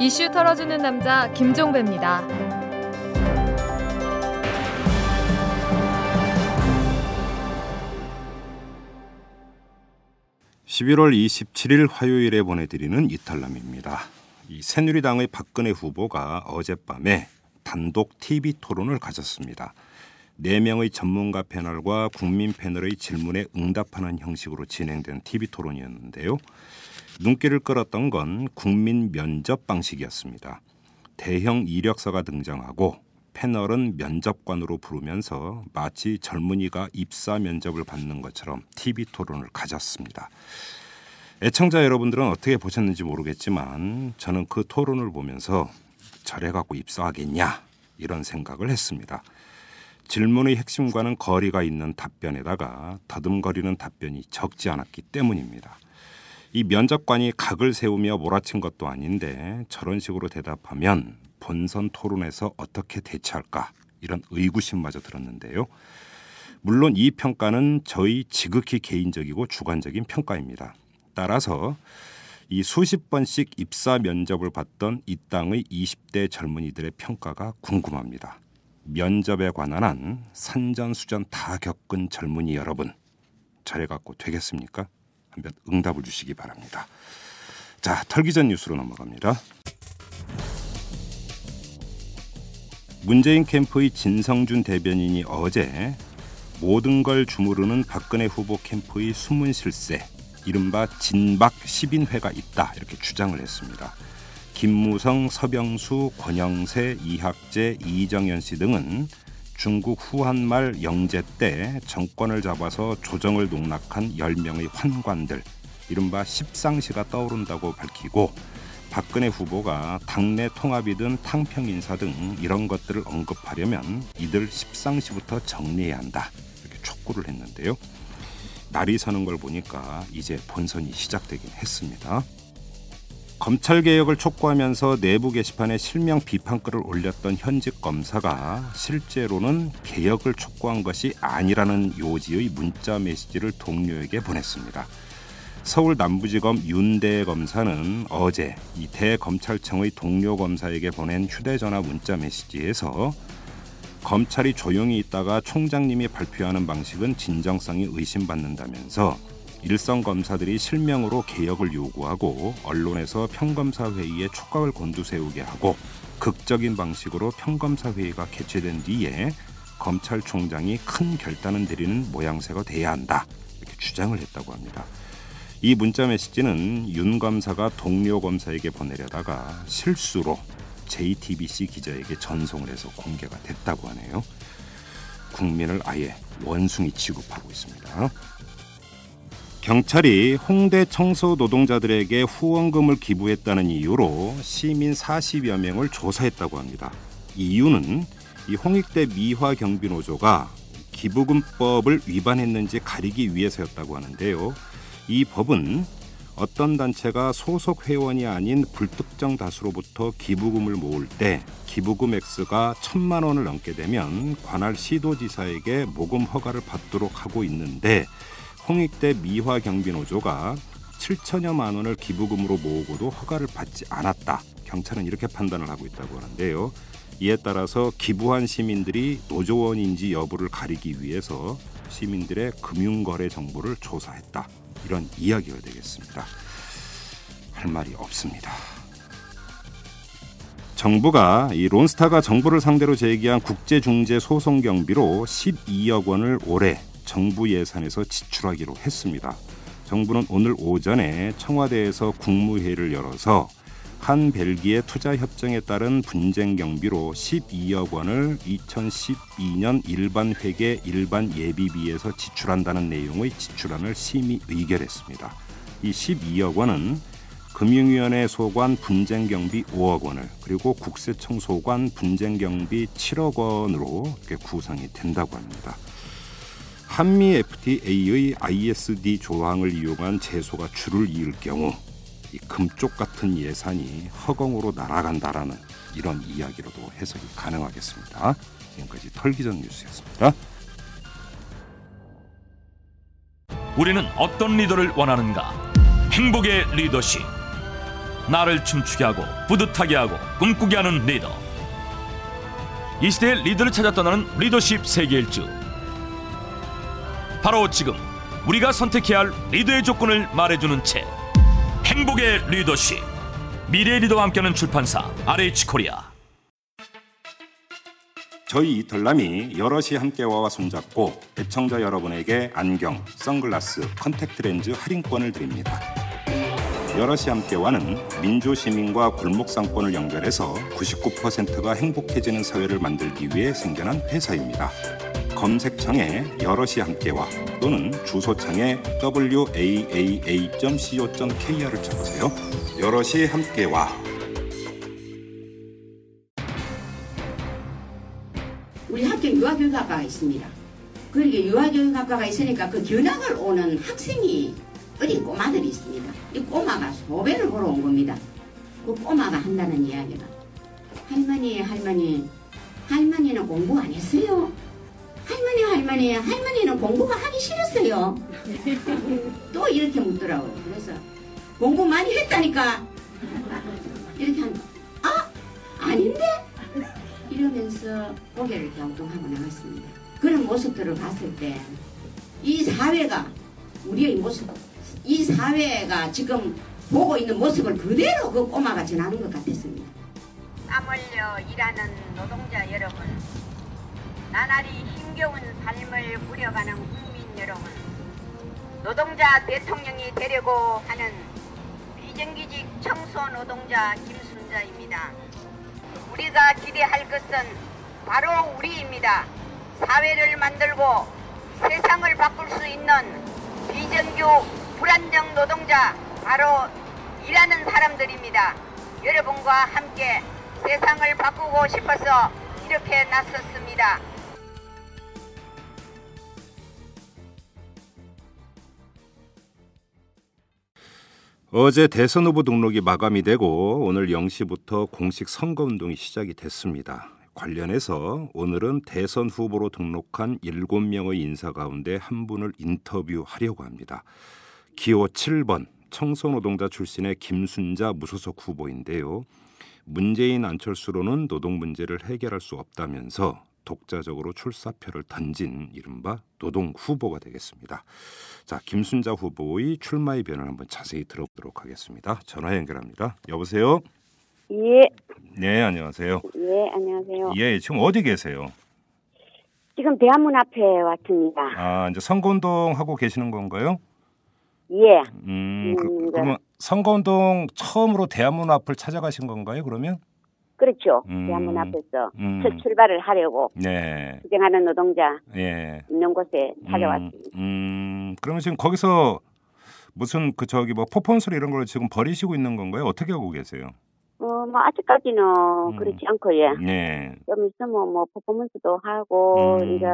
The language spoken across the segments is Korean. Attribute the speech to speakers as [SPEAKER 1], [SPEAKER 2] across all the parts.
[SPEAKER 1] 이슈 털어주는 남자 김종배입니다.
[SPEAKER 2] 11월 27일 화요일에 보내드리는 이탈남입니다. 이 새누리당의 박근혜 후보가 어젯밤에 단독 TV 토론을 가졌습니다. 4명의 전문가 패널과 국민 패널의 질문에 응답하는 형식으로 진행된 TV 토론이었는데요. 눈길을 끌었던 건 국민 면접 방식이었습니다. 대형 이력서가 등장하고 패널은 면접관으로 부르면서 마치 젊은이가 입사 면접을 받는 것처럼 TV 토론을 가졌습니다. 애청자 여러분들은 어떻게 보셨는지 모르겠지만 저는 그 토론을 보면서 저래 갖고 입사하겠냐 이런 생각을 했습니다. 질문의 핵심과는 거리가 있는 답변에다가 더듬거리는 답변이 적지 않았기 때문입니다. 이 면접관이 각을 세우며 몰아친 것도 아닌데 저런 식으로 대답하면 본선 토론에서 어떻게 대처할까 이런 의구심마저 들었는데요. 물론 이 평가는 저희 지극히 개인적이고 주관적인 평가입니다. 따라서 이 수십 번씩 입사 면접을 받던 이 땅의 20대 젊은이들의 평가가 궁금합니다. 면접에 관한 한 산전수전 다 겪은 젊은이 여러분, 저래 갖고 되겠습니까? 한번 응답을 주시기 바랍니다. 자, 털기 전 뉴스로 넘어갑니다. 문재인 캠프의 진성준 대변인이 어제 모든 걸 주무르는 박근혜 후보 캠프의 숨은 실세, 이른바 진박 10인회가 있다 이렇게 주장을 했습니다. 김무성, 서병수, 권영세, 이학재, 이정현 씨 등은 중국 후한말 영제 때 정권을 잡아서 조정을 농락한 10명의 환관들, 이른바 십상시가 떠오른다고 밝히고 박근혜 후보가 당내 통합이든 탕평 인사 등 이런 것들을 언급하려면 이들 십상시부터 정리해야 한다 이렇게 촉구를 했는데요. 날이 서는 걸 보니까 이제 본선이 시작되긴 했습니다. 검찰 개혁을 촉구하면서 내부 게시판에 실명 비판글을 올렸던 현직 검사가 실제로는 개혁을 촉구한 것이 아니라는 요지의 문자 메시지를 동료에게 보냈습니다. 서울 남부지검 윤대 검사는 어제 이 대검찰청의 동료 검사에게 보낸 휴대전화 문자 메시지에서 검찰이 조용히 있다가 총장님이 발표하는 방식은 진정성이 의심받는다면서 일선 검사들이 실명으로 개혁을 요구하고 언론에서 평검사 회의에 촉각을 곤두세우게 하고 극적인 방식으로 평검사 회의가 개최된 뒤에 검찰총장이 큰 결단을 내리는 모양새가 돼야 한다 이렇게 주장을 했다고 합니다. 이 문자 메시지는 윤 검사가 동료 검사에게 보내려다가 실수로 JTBC 기자에게 전송을 해서 공개가 됐다고 하네요. 국민을 아예 원숭이 취급하고 있습니다. 경찰이 홍대 청소 노동자들에게 후원금을 기부했다는 이유로 시민 40여 명을 조사했다고 합니다. 이유는 이 홍익대 미화경비노조가 기부금법을 위반했는지 가리기 위해서였다고 하는데요. 이 법은 어떤 단체가 소속 회원이 아닌 불특정 다수로부터 기부금을 모을 때 기부금 액수가 천만 원을 넘게 되면 관할 시도지사에게 모금 허가를 받도록 하고 있는데 홍익대 미화경비노조가 7천여만 원을 기부금으로 모으고도 허가를 받지 않았다. 경찰은 이렇게 판단을 하고 있다고 하는데요. 이에 따라서 기부한 시민들이 노조원인지 여부를 가리기 위해서 시민들의 금융거래 정보를 조사했다. 이런 이야기가 되겠습니다. 할 말이 없습니다. 정부가 이 론스타가 정부를 상대로 제기한 국제중재 소송 경비로 12억 원을 올해 정부 예산에서 지출하기로 했습니다. 정부는 오늘 오전에 청와대에서 국무회의를 열어서 한 벨기에 투자 협정에 따른 분쟁 경비로 12억 원을 2012년 일반 회계 일반 예비비에서 지출한다는 내용의 지출안을 심의 의결했습니다. 이 12억 원은 금융위원회 소관 분쟁 경비 5억 원을 그리고 국세청 소관 분쟁 경비 7억 원으로 이렇게 구성이 된다고 합니다. 한미 FTA의 ISD 조항을 이용한 제소가 줄을 이을 경우 이 금쪽 같은 예산이 허공으로 날아간다라는 이런 이야기로도 해석이 가능하겠습니다. 지금까지 털기전 뉴스였습니다.
[SPEAKER 3] 우리는 어떤 리더를 원하는가? 행복의 리더십. 나를 춤추게 하고 뿌듯하게 하고 꿈꾸게 하는 리더. 이 시대의 리더를 찾아 떠나는 리더십 세계 일주. 바로 지금 우리가 선택해야 할 리더의 조건을 말해주는 책 행복의 리더십 미래 리더와 함께하는 출판사 RH 코리아.
[SPEAKER 2] 저희 이털남이 여럿이 함께와 손잡고 애청자 여러분에게 안경, 선글라스, 컨택트 렌즈 할인권을 드립니다. 여럿이 함께와는 민주 시민과 골목 상권을 연결해서 99%가 행복해지는 사회를 만들기 위해 생겨난 회사입니다. 검색창에 여럿이 함께와 또는 주소창에 waaa.co.kr을 적으세요. 여럿이 함께와
[SPEAKER 4] 우리 학교 유아교육학과가 있습니다. 그러니까 유아교육학과가 있으니까 그 견학을 오는 학생이 어린 꼬마들이 있습니다. 이 꼬마가 소배를 보러 온 겁니다. 그 꼬마가 한다는 이야기가 할머니 할머니 할머니는 공부 안 했어요. 할머니 할머니 할머니는 공부가 하기 싫었어요. 또 이렇게 묻더라고요. 그래서 공부 많이 했다니까 이렇게 한 아, 아닌데? 이러면서 고개를 갸우뚱하고 나갔습니다. 그런 모습들을 봤을 때 이 사회가 우리의 모습, 이 사회가 지금 보고 있는 모습을 그대로 그 꼬마가 전하는 것 같았습니다.
[SPEAKER 5] 땀 흘려 일하는 노동자 여러분, 나날이 힘겨운 삶을 꾸려가는 국민 여러분, 노동자 대통령이 되려고 하는 비정규직 청소 노동자 김순자입니다. 우리가 기대할 것은 바로 우리입니다. 사회를 만들고 세상을 바꿀 수 있는 비정규 불안정 노동자 바로 일하는 사람들입니다. 여러분과 함께 세상을 바꾸고 싶어서 이렇게 나섰습니다.
[SPEAKER 2] 어제 대선 후보 등록이 마감이 되고 오늘 0시부터 공식 선거 운동이 시작이 됐습니다. 관련해서 오늘은 대선 후보로 등록한 7명의 인사 가운데 한 분을 인터뷰하려고 합니다. 기호 7번 청소노동자 출신의 김순자 무소속 후보인데요. 문재인 안철수로는 노동 문제를 해결할 수 없다면서 독자적으로 출사표를 던진 이른바 노동 후보가 되겠습니다. 자, 김순자 후보의 출마의 변을 한번 자세히 들어보도록 하겠습니다. 전화 연결합니다. 여보세요.
[SPEAKER 6] 예,
[SPEAKER 2] 네, 안녕하세요.
[SPEAKER 6] 예, 안녕하세요.
[SPEAKER 2] 예, 지금 어디 계세요?
[SPEAKER 6] 지금 대한문 앞에 왔습니다.
[SPEAKER 2] 아, 이제 선거운동 하고 계시는 건가요?
[SPEAKER 6] 예,
[SPEAKER 2] 음,
[SPEAKER 6] 음,
[SPEAKER 2] 그,
[SPEAKER 6] 네.
[SPEAKER 2] 그러면 선거운동 처음으로 대한문 앞을 찾아가신 건가요? 그러면?
[SPEAKER 6] 그렇죠.
[SPEAKER 2] 음.
[SPEAKER 6] 대한문 앞에서
[SPEAKER 2] 음.
[SPEAKER 6] 첫 출발을 하려고
[SPEAKER 2] 네,
[SPEAKER 6] 투쟁하는 노동자
[SPEAKER 2] 예.
[SPEAKER 6] 있는 곳에
[SPEAKER 2] 음,
[SPEAKER 6] 찾아왔습니다.
[SPEAKER 2] 음, 그러면 지금 거기서 무슨 그 저기 뭐 포폰술 이런 걸 지금 버리시고 있는 건가요? 어떻게 하고 계세요?
[SPEAKER 6] 어, 뭐 아직까지는
[SPEAKER 2] 음.
[SPEAKER 6] 그렇지 않고 예.
[SPEAKER 2] 네.
[SPEAKER 6] 좀 있으면 뭐 퍼포먼스도 하고
[SPEAKER 2] 음.
[SPEAKER 6] 어, 이제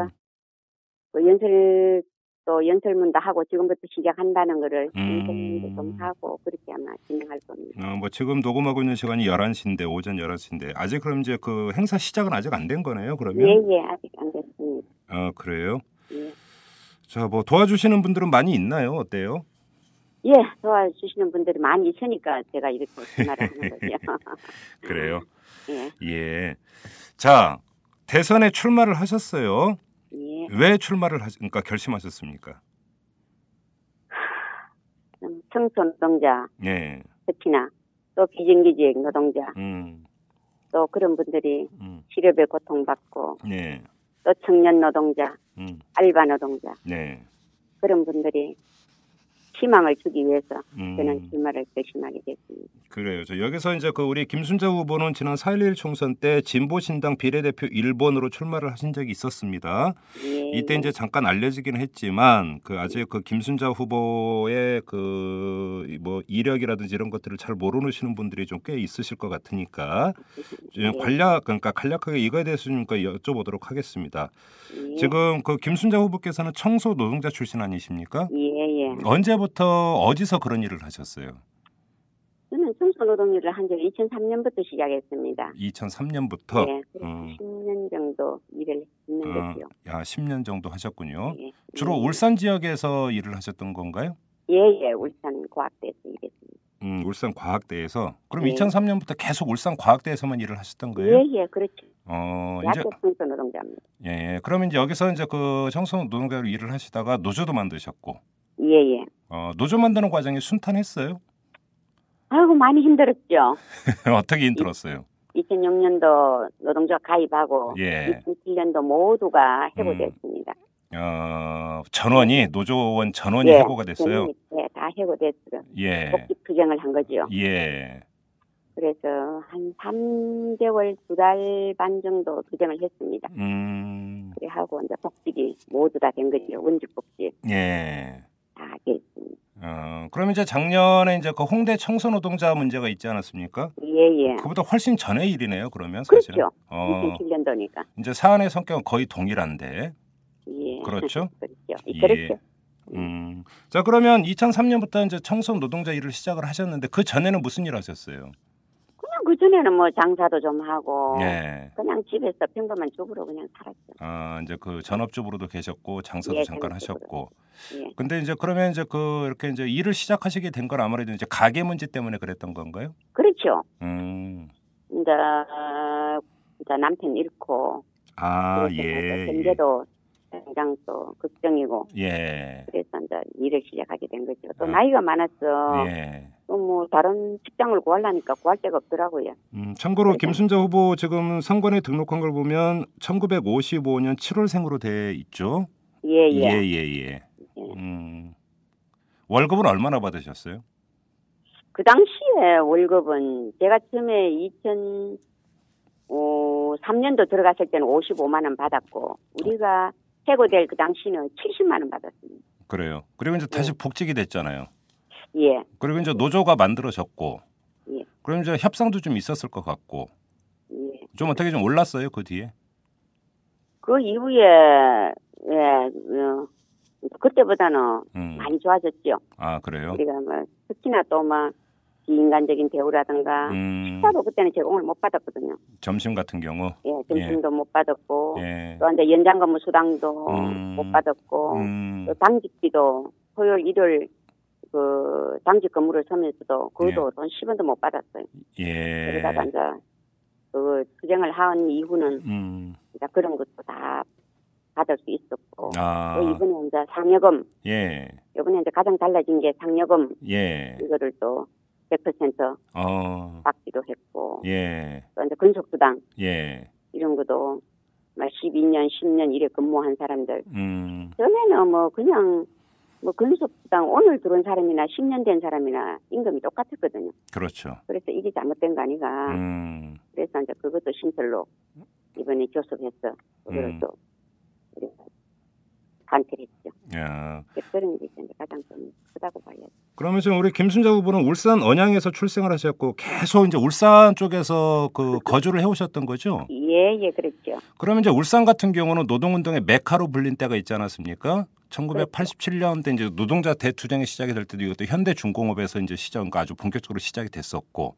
[SPEAKER 6] 뭐 연설 또 연설문도 하고 지금부터 시작한다는 거를
[SPEAKER 2] 음.
[SPEAKER 6] 연설문도 좀 하고 그렇게 아마 진행할 겁니다.
[SPEAKER 2] 어, 뭐 지금 녹음하고 있는 시간이 11시인데 오전 11시인데 아직 그럼 이제 그 행사 시작은 아직 안 된 거네요. 그러면?
[SPEAKER 6] 예, 예, 아직 안 됐습니다.
[SPEAKER 2] 아, 그래요?
[SPEAKER 6] 예.
[SPEAKER 2] 자, 뭐 도와주시는 분들은 많이 있나요? 어때요?
[SPEAKER 6] 예, 도와주시는 분들이 많이 있으니까 제가 이렇게 전화를 하는 거죠.
[SPEAKER 2] 그래요.
[SPEAKER 6] 예,
[SPEAKER 2] 예. 자, 대선에 출마를 하셨어요.
[SPEAKER 6] 예.
[SPEAKER 2] 왜 출마를 하 그러니까 결심하셨습니까?
[SPEAKER 6] 음, 청소 노동자,
[SPEAKER 2] 예.
[SPEAKER 6] 특히나 또 비정규직 노동자,
[SPEAKER 2] 음.
[SPEAKER 6] 또 그런 분들이
[SPEAKER 2] 음.
[SPEAKER 6] 치료비에 고통받고
[SPEAKER 2] 예.
[SPEAKER 6] 또 청년 노동자,
[SPEAKER 2] 음.
[SPEAKER 6] 알바 노동자
[SPEAKER 2] 네.
[SPEAKER 6] 그런 분들이 희망을 주기 위해서
[SPEAKER 2] 음.
[SPEAKER 6] 저는 출마를 결심하게 됐습니다.
[SPEAKER 2] 그래요. 저 여기서 이제 그 우리 김순자 후보는 지난 4.11 총선 때 진보신당 비례대표 1번으로 출마를 하신 적이 있었습니다.
[SPEAKER 6] 예,
[SPEAKER 2] 이때 이제 잠깐 알려지기는 했지만 그 아직 그 김순자 후보의 그 뭐 이력이라든지 이런 것들을 잘 모르시는 분들이 좀 꽤 있으실 것 같으니까
[SPEAKER 6] 예,
[SPEAKER 2] 관략 그러니까 간략하게 이거에 대해서 좀 그러니까 여쭤보도록 하겠습니다.
[SPEAKER 6] 예,
[SPEAKER 2] 지금 그 김순자 후보께서는 청소 노동자 출신 아니십니까?
[SPEAKER 6] 예, 예.
[SPEAKER 2] 언제부터 어디서 그런 일을 하셨어요?
[SPEAKER 6] 저는 청소 노동 일을 한 적이 2003년부터 시작했습니다.
[SPEAKER 2] 2003년부터
[SPEAKER 6] 예, 그래서
[SPEAKER 2] 음.
[SPEAKER 6] 10년 정도 일을 했는
[SPEAKER 2] 아,
[SPEAKER 6] 거죠.
[SPEAKER 2] 야 10년 정도 하셨군요.
[SPEAKER 6] 예,
[SPEAKER 2] 아, 어? 주로
[SPEAKER 6] 예.
[SPEAKER 2] 울산 지역에서 일을 하셨던 건가요?
[SPEAKER 6] 예, 예, 울산 고학대에서 일했습니다.
[SPEAKER 2] 음, 울산 과학대에서 그럼
[SPEAKER 6] 네.
[SPEAKER 2] 2003년부터 계속 울산 과학대에서만 일을 하셨던 거예요?
[SPEAKER 6] 예, 예, 그렇죠.
[SPEAKER 2] 어, 이제
[SPEAKER 6] 대학교 청소 노동자입니다.
[SPEAKER 2] 예, 그러면 이제 여기서 이제 그 청소년 노동자로 일을 하시다가 노조도 만드셨고
[SPEAKER 6] 예, 예.
[SPEAKER 2] 어, 노조 만드는 과정이 순탄했어요?
[SPEAKER 6] 아이고, 많이 힘들었죠.
[SPEAKER 2] 어떻게 힘들었어요?
[SPEAKER 6] 2006년도 노동자 가입하고
[SPEAKER 2] 예.
[SPEAKER 6] 2007년도 모두가
[SPEAKER 2] 음,
[SPEAKER 6] 해고됐습니다.
[SPEAKER 2] 어, 전원이 노조원 전원이
[SPEAKER 6] 예,
[SPEAKER 2] 해고가 됐어요.
[SPEAKER 6] 저는, 예, 다 해고됐어요.
[SPEAKER 2] 예.
[SPEAKER 6] 복직 투쟁을 한 거죠.
[SPEAKER 2] 예.
[SPEAKER 6] 그래서 한 3개월, 두 달 반 정도 투쟁을 했습니다.
[SPEAKER 2] 음.
[SPEAKER 6] 그래 하고 이제 복직이 모두 다 된 거죠. 원직 복직
[SPEAKER 2] 예.
[SPEAKER 6] 다 됐습니다.
[SPEAKER 2] 어, 그럼 이제 작년에 이제 그 홍대 청소 노동자 문제가 있지 않았습니까?
[SPEAKER 6] 예, 예.
[SPEAKER 2] 그보다 훨씬 전의 일이네요, 그러면 사실은.
[SPEAKER 6] 그렇죠.
[SPEAKER 2] 어,
[SPEAKER 6] 2007년도니까.
[SPEAKER 2] 이제 사안의 성격은 거의 동일한데.
[SPEAKER 6] 예.
[SPEAKER 2] 그렇죠.
[SPEAKER 6] 그렇죠. 그렇죠.
[SPEAKER 2] 음. 자, 그러면 2003년부터 이제 청소 노동자 일을 시작을 하셨는데 그 전에는 무슨 일 하셨어요?
[SPEAKER 6] 그냥 그전에는 뭐 장사도 좀 하고
[SPEAKER 2] 예.
[SPEAKER 6] 그냥 집에서 평범한 주부로 그냥 살았죠.
[SPEAKER 2] 아, 이제 그 전업주부로도 계셨고 장사도
[SPEAKER 6] 예,
[SPEAKER 2] 잠깐
[SPEAKER 6] 전업주부로.
[SPEAKER 2] 하셨고.
[SPEAKER 6] 예.
[SPEAKER 2] 근데 이제 그러면 이제 그 이렇게 이제 일을 시작하시게 된 건 아무래도 이제 가게 문제 때문에 그랬던 건가요?
[SPEAKER 6] 그렇죠.
[SPEAKER 2] 음.
[SPEAKER 6] 이제, 어, 이제 남편 잃고
[SPEAKER 2] 아,
[SPEAKER 6] 그래서 이제
[SPEAKER 2] 예. 예.
[SPEAKER 6] 경제도 당장 또 걱정이고
[SPEAKER 2] 예.
[SPEAKER 6] 그래서 이제 일을 시작하게 된 거죠. 또
[SPEAKER 2] 아.
[SPEAKER 6] 나이가 많았어.
[SPEAKER 2] 예.
[SPEAKER 6] 또 뭐 다른 직장을 구하려니까 구할 데가 없더라고요.
[SPEAKER 2] 음, 참고로
[SPEAKER 6] 그래서-
[SPEAKER 2] 김순자 후보 지금 선관위 등록한 걸 보면 1955년 7월생으로 돼 있죠.
[SPEAKER 6] 예, 예.
[SPEAKER 2] 예, 예, 예. 음. 월급은 얼마나 받으셨어요?
[SPEAKER 6] 그 당시에 월급은 제가 처음에 2003년도 들어갔을 때는 55만 원 받았고 우리가 해고될 그 당시는 70만 원 받았습니다.
[SPEAKER 2] 그래요. 그리고 이제 다시 복직이 됐잖아요.
[SPEAKER 6] 예,
[SPEAKER 2] 그리고 이제 노조가 만들어졌고.
[SPEAKER 6] 예.
[SPEAKER 2] 그럼 이제 협상도 좀 있었을 것 같고.
[SPEAKER 6] 예.
[SPEAKER 2] 좀 어떻게 좀 올랐어요, 그 뒤에?
[SPEAKER 6] 그 이후에 예, 어, 그때보다는
[SPEAKER 2] 음.
[SPEAKER 6] 많이 좋아졌죠.
[SPEAKER 2] 아, 그래요?
[SPEAKER 6] 우리가 뭐 특히나 또막 비인간적인 대우라든가
[SPEAKER 2] 음.
[SPEAKER 6] 식사도 그때는 제공을 못 받았거든요.
[SPEAKER 2] 점심 같은 경우.
[SPEAKER 6] 예, 점심도 못 받았고
[SPEAKER 2] 예.
[SPEAKER 6] 또 이제 연장근무 수당도
[SPEAKER 2] 음.
[SPEAKER 6] 못 받았고
[SPEAKER 2] 음.
[SPEAKER 6] 또 당직비도 토요일 일요일 그 당직 근무를 서면서도 그것도 돈 10원도 못 받았어요.
[SPEAKER 2] 예.
[SPEAKER 6] 그러다가 이제 그 투쟁을 한 이후는
[SPEAKER 2] 음.
[SPEAKER 6] 이제 그런 것도 다 받을 수 있었고
[SPEAKER 2] 아.
[SPEAKER 6] 또 어, 네, 이번에 이제 상여금
[SPEAKER 2] 예.
[SPEAKER 6] 이번에 이제 가장 달라진 게 상여금
[SPEAKER 2] 예.
[SPEAKER 6] 이거를 또 100%
[SPEAKER 2] 어.
[SPEAKER 6] 받기도 했고
[SPEAKER 2] 예.
[SPEAKER 6] 또 이제 근속수당
[SPEAKER 2] 예.
[SPEAKER 6] 이런 것도 막 12년 10년 이래 근무한 사람들
[SPEAKER 2] 음.
[SPEAKER 6] 전에는 뭐 그냥 뭐 근속당 오늘 들어온 사람이나 10년 된 사람이나 임금이 똑같았거든요.
[SPEAKER 2] 그렇죠.
[SPEAKER 6] 그래서 이게 잘못된 거 아니가.
[SPEAKER 2] 음.
[SPEAKER 6] 그래서 이제 그것도 신설로 이번에 교섭해서 그거를
[SPEAKER 2] 음.
[SPEAKER 6] 또 우리가 반대를 했죠.
[SPEAKER 2] 야.
[SPEAKER 6] 그런 게 이제 가장 좀 크다고 봐야죠.
[SPEAKER 2] 그러면 지금 우리 김순자 후보는 울산 언양에서 출생을 하셨고 계속 이제 울산 쪽에서 그 거주를 해오셨던 거죠.
[SPEAKER 6] 예, 예, 그렇죠.
[SPEAKER 2] 그러면 이제 울산 같은 경우는 노동운동의 메카로 불린 때가 있지 않았습니까? 1987년 때 이제 노동자 대투쟁이 시작이 될 때도 이것도 현대중공업에서 이제 시작, 그 아주 본격적으로 시작이 됐었고.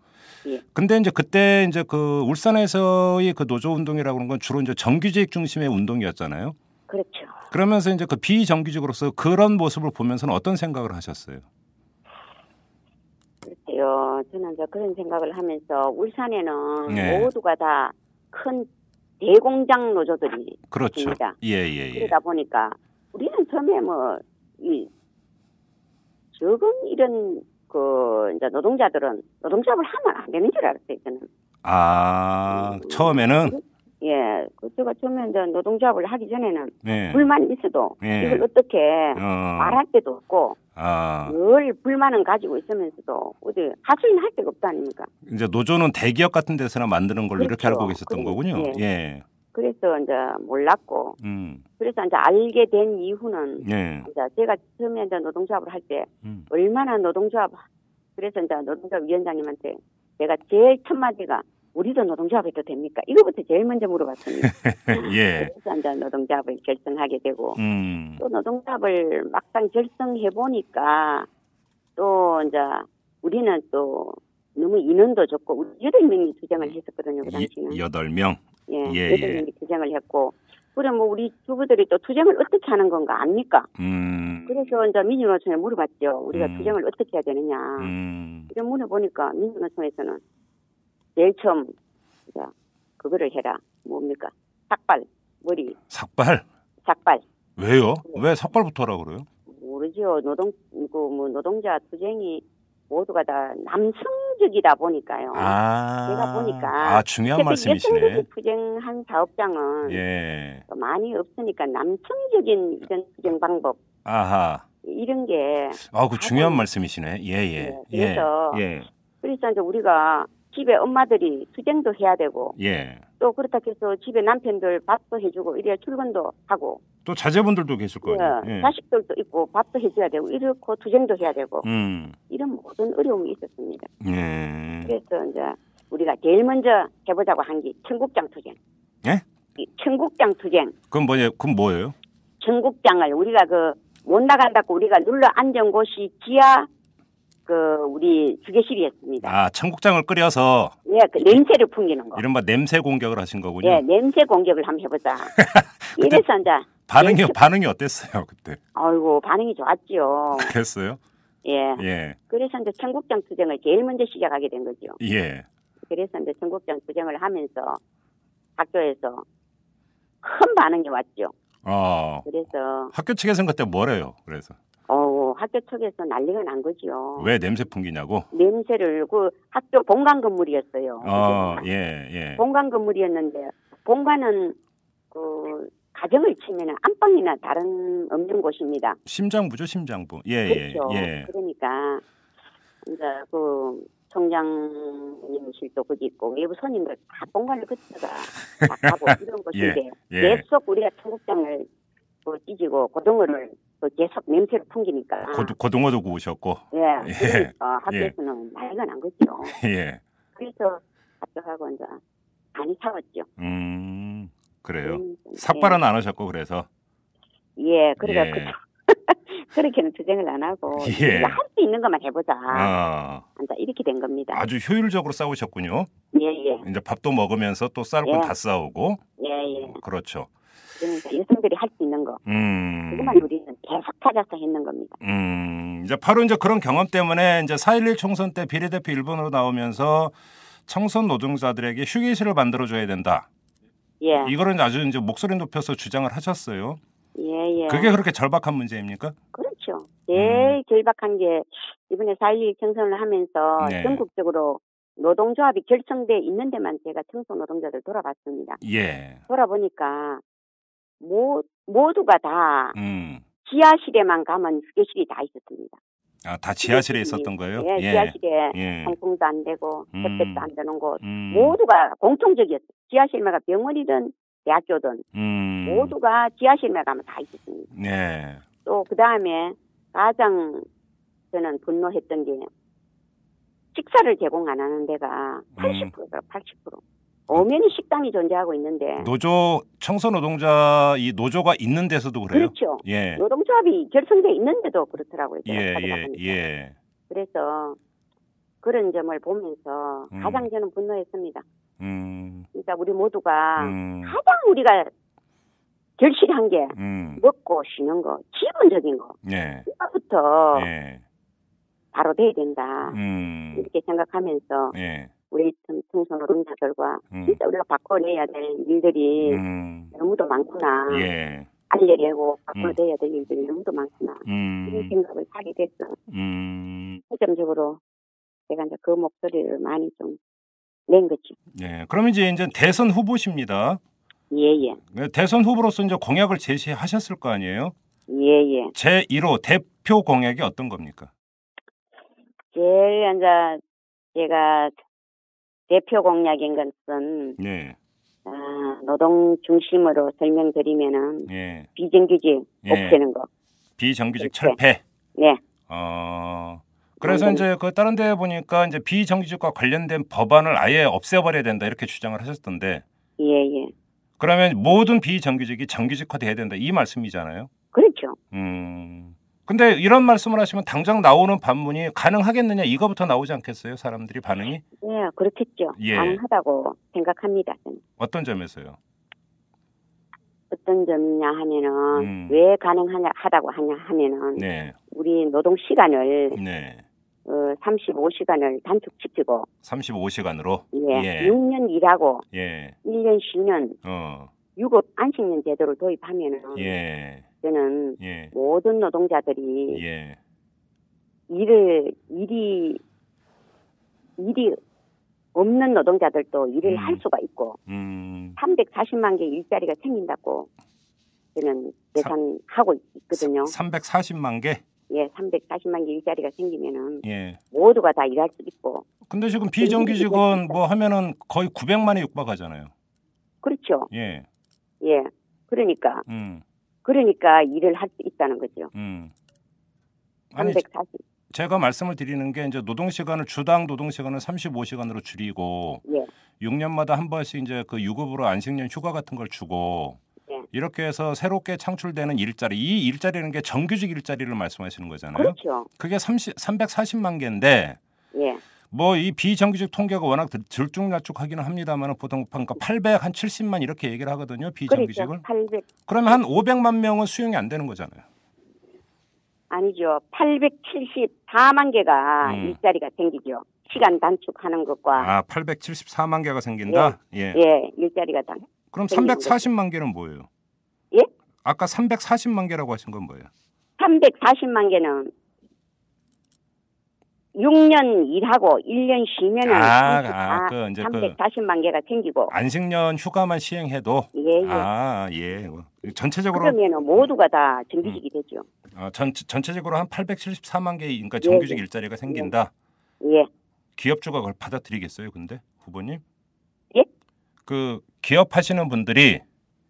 [SPEAKER 6] 예.
[SPEAKER 2] 근데 이제 그때 이제 그 울산에서의 그 노조 운동이라고 하는 건 주로 이제 정규직 중심의 운동이었잖아요.
[SPEAKER 6] 그렇죠.
[SPEAKER 2] 그러면서 이제 그 비정규직으로서 그런 모습을 보면서는 어떤 생각을 하셨어요?
[SPEAKER 6] 그렇대요. 저는 이제 그런 생각을 하면서 울산에는
[SPEAKER 2] 네.
[SPEAKER 6] 모두가 다 큰 대공장 노조들이
[SPEAKER 2] 그렇죠.
[SPEAKER 6] 맞습니다.
[SPEAKER 2] 예, 예, 예.
[SPEAKER 6] 그러다 보니까 우리는 처음에 뭐 이 적은 이런 그 이제 노동자들은 노동조합을 하면 안 되는 줄 알았어요 저는
[SPEAKER 2] 아, 처음에는
[SPEAKER 6] 예 그 제가 처음에 이제 노동조합을 하기 전에는
[SPEAKER 2] 네.
[SPEAKER 6] 불만 있어도
[SPEAKER 2] 예.
[SPEAKER 6] 이걸 어떻게
[SPEAKER 2] 어,
[SPEAKER 6] 음, 말할 데도 없고
[SPEAKER 2] 아,
[SPEAKER 6] 늘 불만은 가지고 있으면서도 어디 하소연 할 데가 없다 아닙니까
[SPEAKER 2] 이제 노조는 대기업 같은 데서나 만드는 걸로 이렇게
[SPEAKER 6] 그렇죠.
[SPEAKER 2] 알고 계셨던
[SPEAKER 6] 그리고,
[SPEAKER 2] 거군요. 예.
[SPEAKER 6] 예. 그래서 이제 몰랐고
[SPEAKER 2] 음.
[SPEAKER 6] 그래서 이제 알게 된 이유는
[SPEAKER 2] 예.
[SPEAKER 6] 이제 제가 처음에 이제 노동조합을 할때
[SPEAKER 2] 음.
[SPEAKER 6] 얼마나 노동조합 그래서 이제 노동조합 위원장님한테 내가 제일 첫 마디가 우리도 노동조합 해도 됩니까? 이거부터 제일 먼저 물어봤습니다.
[SPEAKER 2] 예.
[SPEAKER 6] 그래서 이제 노동조합을 결성하게 되고
[SPEAKER 2] 음.
[SPEAKER 6] 또 노동조합을 막상 결성해 보니까 또 이제 우리는 또 너무 인원도 적고 우리 여덟 명이 투쟁을 했었거든요 그 당시는
[SPEAKER 2] 음. 이- 여덟 명. 예,
[SPEAKER 6] 예 여덟
[SPEAKER 2] 예.
[SPEAKER 6] 명이 투쟁을 했고 그럼 뭐 우리 주부들이 또 투쟁을 어떻게 하는 건가 압니까?
[SPEAKER 2] 음.
[SPEAKER 6] 그러니까. 그래서 이제 민주노총에 물어봤죠 우리가
[SPEAKER 2] 음.
[SPEAKER 6] 투쟁을 어떻게 해야 되느냐
[SPEAKER 2] 음.
[SPEAKER 6] 직접 물어보니까 민주노총에서는 제일 처음 이제 그거를 해라 뭡니까 삭발 머리
[SPEAKER 2] 삭발
[SPEAKER 6] 삭발
[SPEAKER 2] 왜요?
[SPEAKER 6] 네.
[SPEAKER 2] 왜 삭발부터 하라 그래요?
[SPEAKER 6] 모르지요 노동 그뭐 노동자 투쟁이 모두가 다 남성적이다 보니까요.
[SPEAKER 2] 아
[SPEAKER 6] 제가 보니까
[SPEAKER 2] 아 중요한 말씀이시네.
[SPEAKER 6] 여성들이 투쟁한 사업장은
[SPEAKER 2] 예.
[SPEAKER 6] 많이 없으니까 남성적인 이런 투쟁 방법
[SPEAKER 2] 아하.
[SPEAKER 6] 이런 게
[SPEAKER 2] 아, 그 중요한
[SPEAKER 6] 아,
[SPEAKER 2] 말씀이시네. 예, 예.
[SPEAKER 6] 예, 그래서
[SPEAKER 2] 예.
[SPEAKER 6] 그래서 이제 우리가 집에 엄마들이 투쟁도 해야 되고
[SPEAKER 2] 예. 예.
[SPEAKER 6] 또 그렇다 해서 집에 남편들 밥도 해주고 이래 출근도 하고
[SPEAKER 2] 또 자제분들도 계실 거예요.
[SPEAKER 6] 예,
[SPEAKER 2] 예.
[SPEAKER 6] 자식들도 있고 밥도 해줘야 되고 이렇고 투쟁도 해야 되고
[SPEAKER 2] 음.
[SPEAKER 6] 이런 모든 어려움이 있었습니다.
[SPEAKER 2] 예.
[SPEAKER 6] 그래서 이제 우리가 제일 먼저 해보자고 한 게 청국장 투쟁.
[SPEAKER 2] 예?
[SPEAKER 6] 이 청국장 투쟁.
[SPEAKER 2] 그럼 뭐냐? 그럼 뭐예요?
[SPEAKER 6] 청국장을 우리가 그 못 나간다고 우리가 눌러 앉은 곳이 지하 그 우리 주계실이었습니다.
[SPEAKER 2] 아, 청국장을 끓여서
[SPEAKER 6] 예, 그 냄새를 풍기는 거.
[SPEAKER 2] 이른바 냄새 공격을 하신 거군요.
[SPEAKER 6] 예, 냄새 공격을 한번 해보자. 이래서 이제
[SPEAKER 2] 반응이
[SPEAKER 6] 냄새-
[SPEAKER 2] 반응이 어땠어요, 그때?
[SPEAKER 6] 아이고 반응이 좋았지요.
[SPEAKER 2] 그랬어요?
[SPEAKER 6] 예.
[SPEAKER 2] 예.
[SPEAKER 6] 그래서 이제 청국장 투쟁을 제일 먼저 시작하게 된 거죠.
[SPEAKER 2] 예.
[SPEAKER 6] 그래서 이제 청국장 투쟁을 하면서 학교에서 큰 반응이 왔죠.
[SPEAKER 2] 어.
[SPEAKER 6] 그래서
[SPEAKER 2] 학교 측에서는 그때 뭐래요? 그래서
[SPEAKER 6] 어우 학교 쪽에서 난리가 난 거지요.
[SPEAKER 2] 왜 냄새 풍기냐고?
[SPEAKER 6] 냄새를 그 학교 본관 건물이었어요.
[SPEAKER 2] 어, 예, 예.
[SPEAKER 6] 본관 건물이었는데 본관은 그 가정을 치면 안방이나 다른 없는 곳입니다.
[SPEAKER 2] 심장부죠, 심장부. 예, 예,
[SPEAKER 6] 그렇죠.
[SPEAKER 2] 예.
[SPEAKER 6] 그러니까 이제 그 총장님실도 거기 있고 외부 손님들 다 본관을 거쳐가 다 가고 이런 곳인데
[SPEAKER 2] 예.
[SPEAKER 6] 계속 우리가 청국장을 그 찢고 고등어를 그 계속 냄새를 풍기니까
[SPEAKER 2] 고, 고등어도 구우셨고.
[SPEAKER 6] 예,
[SPEAKER 2] 예.
[SPEAKER 6] 그러니까 학교에서는 난리가 난 거죠.
[SPEAKER 2] 예.
[SPEAKER 6] 그래서 합격하고 이제 많이 사왔죠.
[SPEAKER 2] 음. 그래요.
[SPEAKER 6] 음,
[SPEAKER 2] 삭발은 안 하셨고 그래서.
[SPEAKER 6] 예, 그래서
[SPEAKER 2] 예.
[SPEAKER 6] 그, 그렇게는 투쟁을 안 하고
[SPEAKER 2] 예.
[SPEAKER 6] 할 수 있는 것만 해보자. 그러니까
[SPEAKER 2] 아.
[SPEAKER 6] 이제 이렇게 된 겁니다.
[SPEAKER 2] 아주 효율적으로 싸우셨군요.
[SPEAKER 6] 예, 예,
[SPEAKER 2] 이제 밥도 먹으면서 또 싸울 건
[SPEAKER 6] 예.
[SPEAKER 2] 다 싸우고.
[SPEAKER 6] 예, 예.
[SPEAKER 2] 그렇죠.
[SPEAKER 6] 그러니까 여성들이 할 수 있는 거
[SPEAKER 2] 음.
[SPEAKER 6] 그것만 우리는 계속 찾아서 했는 겁니다.
[SPEAKER 2] 음. 이제 바로 이제 그런 경험 때문에 이제 4.11 총선 때 비례대표 1번으로 나오면서 청선 노동자들에게 휴게실을 만들어 줘야 된다.
[SPEAKER 6] 예,
[SPEAKER 2] 이거는 아주 이제 목소리 높여서 주장을 하셨어요.
[SPEAKER 6] 예, 예.
[SPEAKER 2] 그게 음. 그렇게 절박한 문제입니까?
[SPEAKER 6] 그렇죠. 제일 절박한 게 이번에 4.11 청선을 하면서
[SPEAKER 2] 네.
[SPEAKER 6] 전국적으로 노동조합이 결성돼 있는 데만 제가 청소 노동자들 돌아봤습니다.
[SPEAKER 2] 예.
[SPEAKER 6] 돌아보니까 모, 모두가 다
[SPEAKER 2] 음.
[SPEAKER 6] 지하실에만 가면 휴게실이 다 있었습니다.
[SPEAKER 2] 아, 다 지하실에 있었던 거예요?
[SPEAKER 6] 예, 지하실에
[SPEAKER 2] 예.
[SPEAKER 6] 통풍도 안 되고
[SPEAKER 2] 음.
[SPEAKER 6] 햇볕도 안 드는 곳
[SPEAKER 2] 음.
[SPEAKER 6] 모두가 공통적이었어요. 지하실마다 병원이든 대학교든
[SPEAKER 2] 음.
[SPEAKER 6] 모두가 지하실에 가면 다 있었습니다.
[SPEAKER 2] 예.
[SPEAKER 6] 또 그 다음에 가장 저는 분노했던 게 식사를 제공 안 하는 데가
[SPEAKER 2] 음.
[SPEAKER 6] 80%가 80%. 엄연히 식당이 존재하고 있는데
[SPEAKER 2] 노조 청소 노동자 이 노조가 있는 데서도 그래요?
[SPEAKER 6] 그렇죠.
[SPEAKER 2] 예.
[SPEAKER 6] 노동조합이 결성돼 있는데도 그렇더라고요.
[SPEAKER 2] 예,
[SPEAKER 6] 제가
[SPEAKER 2] 예,
[SPEAKER 6] 찾아보니까.
[SPEAKER 2] 예.
[SPEAKER 6] 그래서 그런 점을 보면서
[SPEAKER 2] 음.
[SPEAKER 6] 가장 저는 분노했습니다.
[SPEAKER 2] 음.
[SPEAKER 6] 진짜 우리 모두가
[SPEAKER 2] 음.
[SPEAKER 6] 가장 우리가 결실한 게
[SPEAKER 2] 음.
[SPEAKER 6] 먹고 쉬는 거, 기본적인 거,
[SPEAKER 2] 예.
[SPEAKER 6] 이거부터
[SPEAKER 2] 예.
[SPEAKER 6] 바로 돼야 된다.
[SPEAKER 2] 음.
[SPEAKER 6] 이렇게 생각하면서
[SPEAKER 2] 예.
[SPEAKER 6] 우리 청- 청소 노동자들과
[SPEAKER 2] 음.
[SPEAKER 6] 진짜 우리가 바꿔내야 될 일들이
[SPEAKER 2] 음.
[SPEAKER 6] 너무도 많구나.
[SPEAKER 2] 예.
[SPEAKER 6] 알려내고
[SPEAKER 2] 음.
[SPEAKER 6] 바꿔내야 될 일들이 너무도 많구나. 이런
[SPEAKER 2] 음.
[SPEAKER 6] 생각을 하게 됐어.
[SPEAKER 2] 음.
[SPEAKER 6] 실점적으로 제가 이제 그 목소리를 많이 좀 낸 거지.
[SPEAKER 2] 예. 그럼 이제 이제 대선 후보십니다. 네,
[SPEAKER 6] 예예.
[SPEAKER 2] 대선 후보로서 이제 공약을 제시하셨을 거 아니에요?
[SPEAKER 6] 예예.
[SPEAKER 2] 제 1호 대표 공약이 어떤 겁니까?
[SPEAKER 6] 제일 이제 제가 대표 공약인 것은
[SPEAKER 2] 예.
[SPEAKER 6] 아, 노동 중심으로 설명드리면은
[SPEAKER 2] 예.
[SPEAKER 6] 비정규직
[SPEAKER 2] 예.
[SPEAKER 6] 없애는 거.
[SPEAKER 2] 비정규직
[SPEAKER 6] 그렇죠. 음.
[SPEAKER 2] 철폐.
[SPEAKER 6] 네.
[SPEAKER 2] 어. 그래서 이제 그 다른 데 보니까 이제 비정규직과 관련된 법안을 아예 없애버려야 된다 이렇게 주장을 하셨던데
[SPEAKER 6] 예예.
[SPEAKER 2] 그러면 모든 비정규직이 정규직화돼야 된다 이 말씀이잖아요.
[SPEAKER 6] 그렇죠.
[SPEAKER 2] 음. 근데 이런 말씀을 하시면 당장 나오는 반문이 가능하겠느냐 이거부터 나오지 않겠어요? 사람들이 반응이
[SPEAKER 6] 예, 그렇겠죠.
[SPEAKER 2] 예.
[SPEAKER 6] 가능하다고 생각합니다. 저는.
[SPEAKER 2] 어떤 점에서요?
[SPEAKER 6] 어떤 점이냐 하면은
[SPEAKER 2] 음.
[SPEAKER 6] 왜 가능하냐 하다고 하냐 하면은
[SPEAKER 2] 네,
[SPEAKER 6] 우리 노동 시간을
[SPEAKER 2] 네,
[SPEAKER 6] 어, 35시간을 단축시키고
[SPEAKER 2] 35시간으로
[SPEAKER 6] 예,
[SPEAKER 2] 예.
[SPEAKER 6] 6년 일하고
[SPEAKER 2] 예.
[SPEAKER 6] 1년 쉬는
[SPEAKER 2] 어.
[SPEAKER 6] 유급 안식년 제도를 도입하면은
[SPEAKER 2] 예.
[SPEAKER 6] 저는
[SPEAKER 2] 예.
[SPEAKER 6] 모든 노동자들이
[SPEAKER 2] 예.
[SPEAKER 6] 일을 일이 일이 없는 노동자들도 일을
[SPEAKER 2] 음.
[SPEAKER 6] 할 수가 있고
[SPEAKER 2] 음.
[SPEAKER 6] 340만 개 일자리가 생긴다고 저는 계산하고 있거든요.
[SPEAKER 2] 340만 개.
[SPEAKER 6] 예, 340만 개 일자리가 생기면은
[SPEAKER 2] 예.
[SPEAKER 6] 모두가 다 일할 수 있고
[SPEAKER 2] 근데 지금 비정규직은 뭐 하면은 거의 900만에 육박하잖아요.
[SPEAKER 6] 그렇죠.
[SPEAKER 2] 예.
[SPEAKER 6] 예, 그러니까
[SPEAKER 2] 음.
[SPEAKER 6] 그러니까 일을 할 수 있다는 거죠.
[SPEAKER 2] 음. 아니 네?
[SPEAKER 6] 340
[SPEAKER 2] 제가 말씀을 드리는 게 이제 노동 시간을 주당 노동 시간을 35시간으로 줄이고
[SPEAKER 6] 예.
[SPEAKER 2] 6년마다 한 번씩 이제 그 유급으로 안식년 휴가 같은 걸 주고
[SPEAKER 6] 예.
[SPEAKER 2] 이렇게 해서 새롭게 창출되는 일자리 이 일자리는 게 정규직 일자리를 말씀하시는 거잖아요.
[SPEAKER 6] 그렇죠.
[SPEAKER 2] 그게 30, 340만 개인데
[SPEAKER 6] 예,
[SPEAKER 2] 뭐 이 비정규직 통계가 워낙 들- 들쭉날쭉하기는 합니다만 보통 그러니까 800, 한 70만 이렇게 얘기를 하거든요.
[SPEAKER 6] 그렇죠.
[SPEAKER 2] 비정규직을.
[SPEAKER 6] 800
[SPEAKER 2] 그러면 한 500만 명은 수용이 안 되는 거잖아요.
[SPEAKER 6] 아니죠. 874만 개가
[SPEAKER 2] 음.
[SPEAKER 6] 일자리가 생기죠. 시간 단축하는 것과
[SPEAKER 2] 아, 874만 개가 생긴다. 예.
[SPEAKER 6] 예 일자리가 단
[SPEAKER 2] 그럼
[SPEAKER 6] 생기는
[SPEAKER 2] 340만 개는 뭐예요?
[SPEAKER 6] 예?
[SPEAKER 2] 아까 340만 개라고 하신 건 뭐예요?
[SPEAKER 6] 340만 개는 6년 일하고 1년 쉬면은
[SPEAKER 2] 아,
[SPEAKER 6] 34,
[SPEAKER 2] 아, 그 이제 그-
[SPEAKER 6] 340만 개가 생기고
[SPEAKER 2] 안식년 휴가만 시행해도
[SPEAKER 6] 예, 예.
[SPEAKER 2] 아, 예. 전체적으로
[SPEAKER 6] 그러면은 모두가 다 정규직이 되죠.
[SPEAKER 2] 아, 전 전체적으로 한 874만 개 그러니까 정규직
[SPEAKER 6] 예.
[SPEAKER 2] 일자리가 생긴다.
[SPEAKER 6] 예.
[SPEAKER 2] 기업주가 그걸 받아들이겠어요, 근데 후보님?
[SPEAKER 6] 예?
[SPEAKER 2] 그 기업 하시는 분들이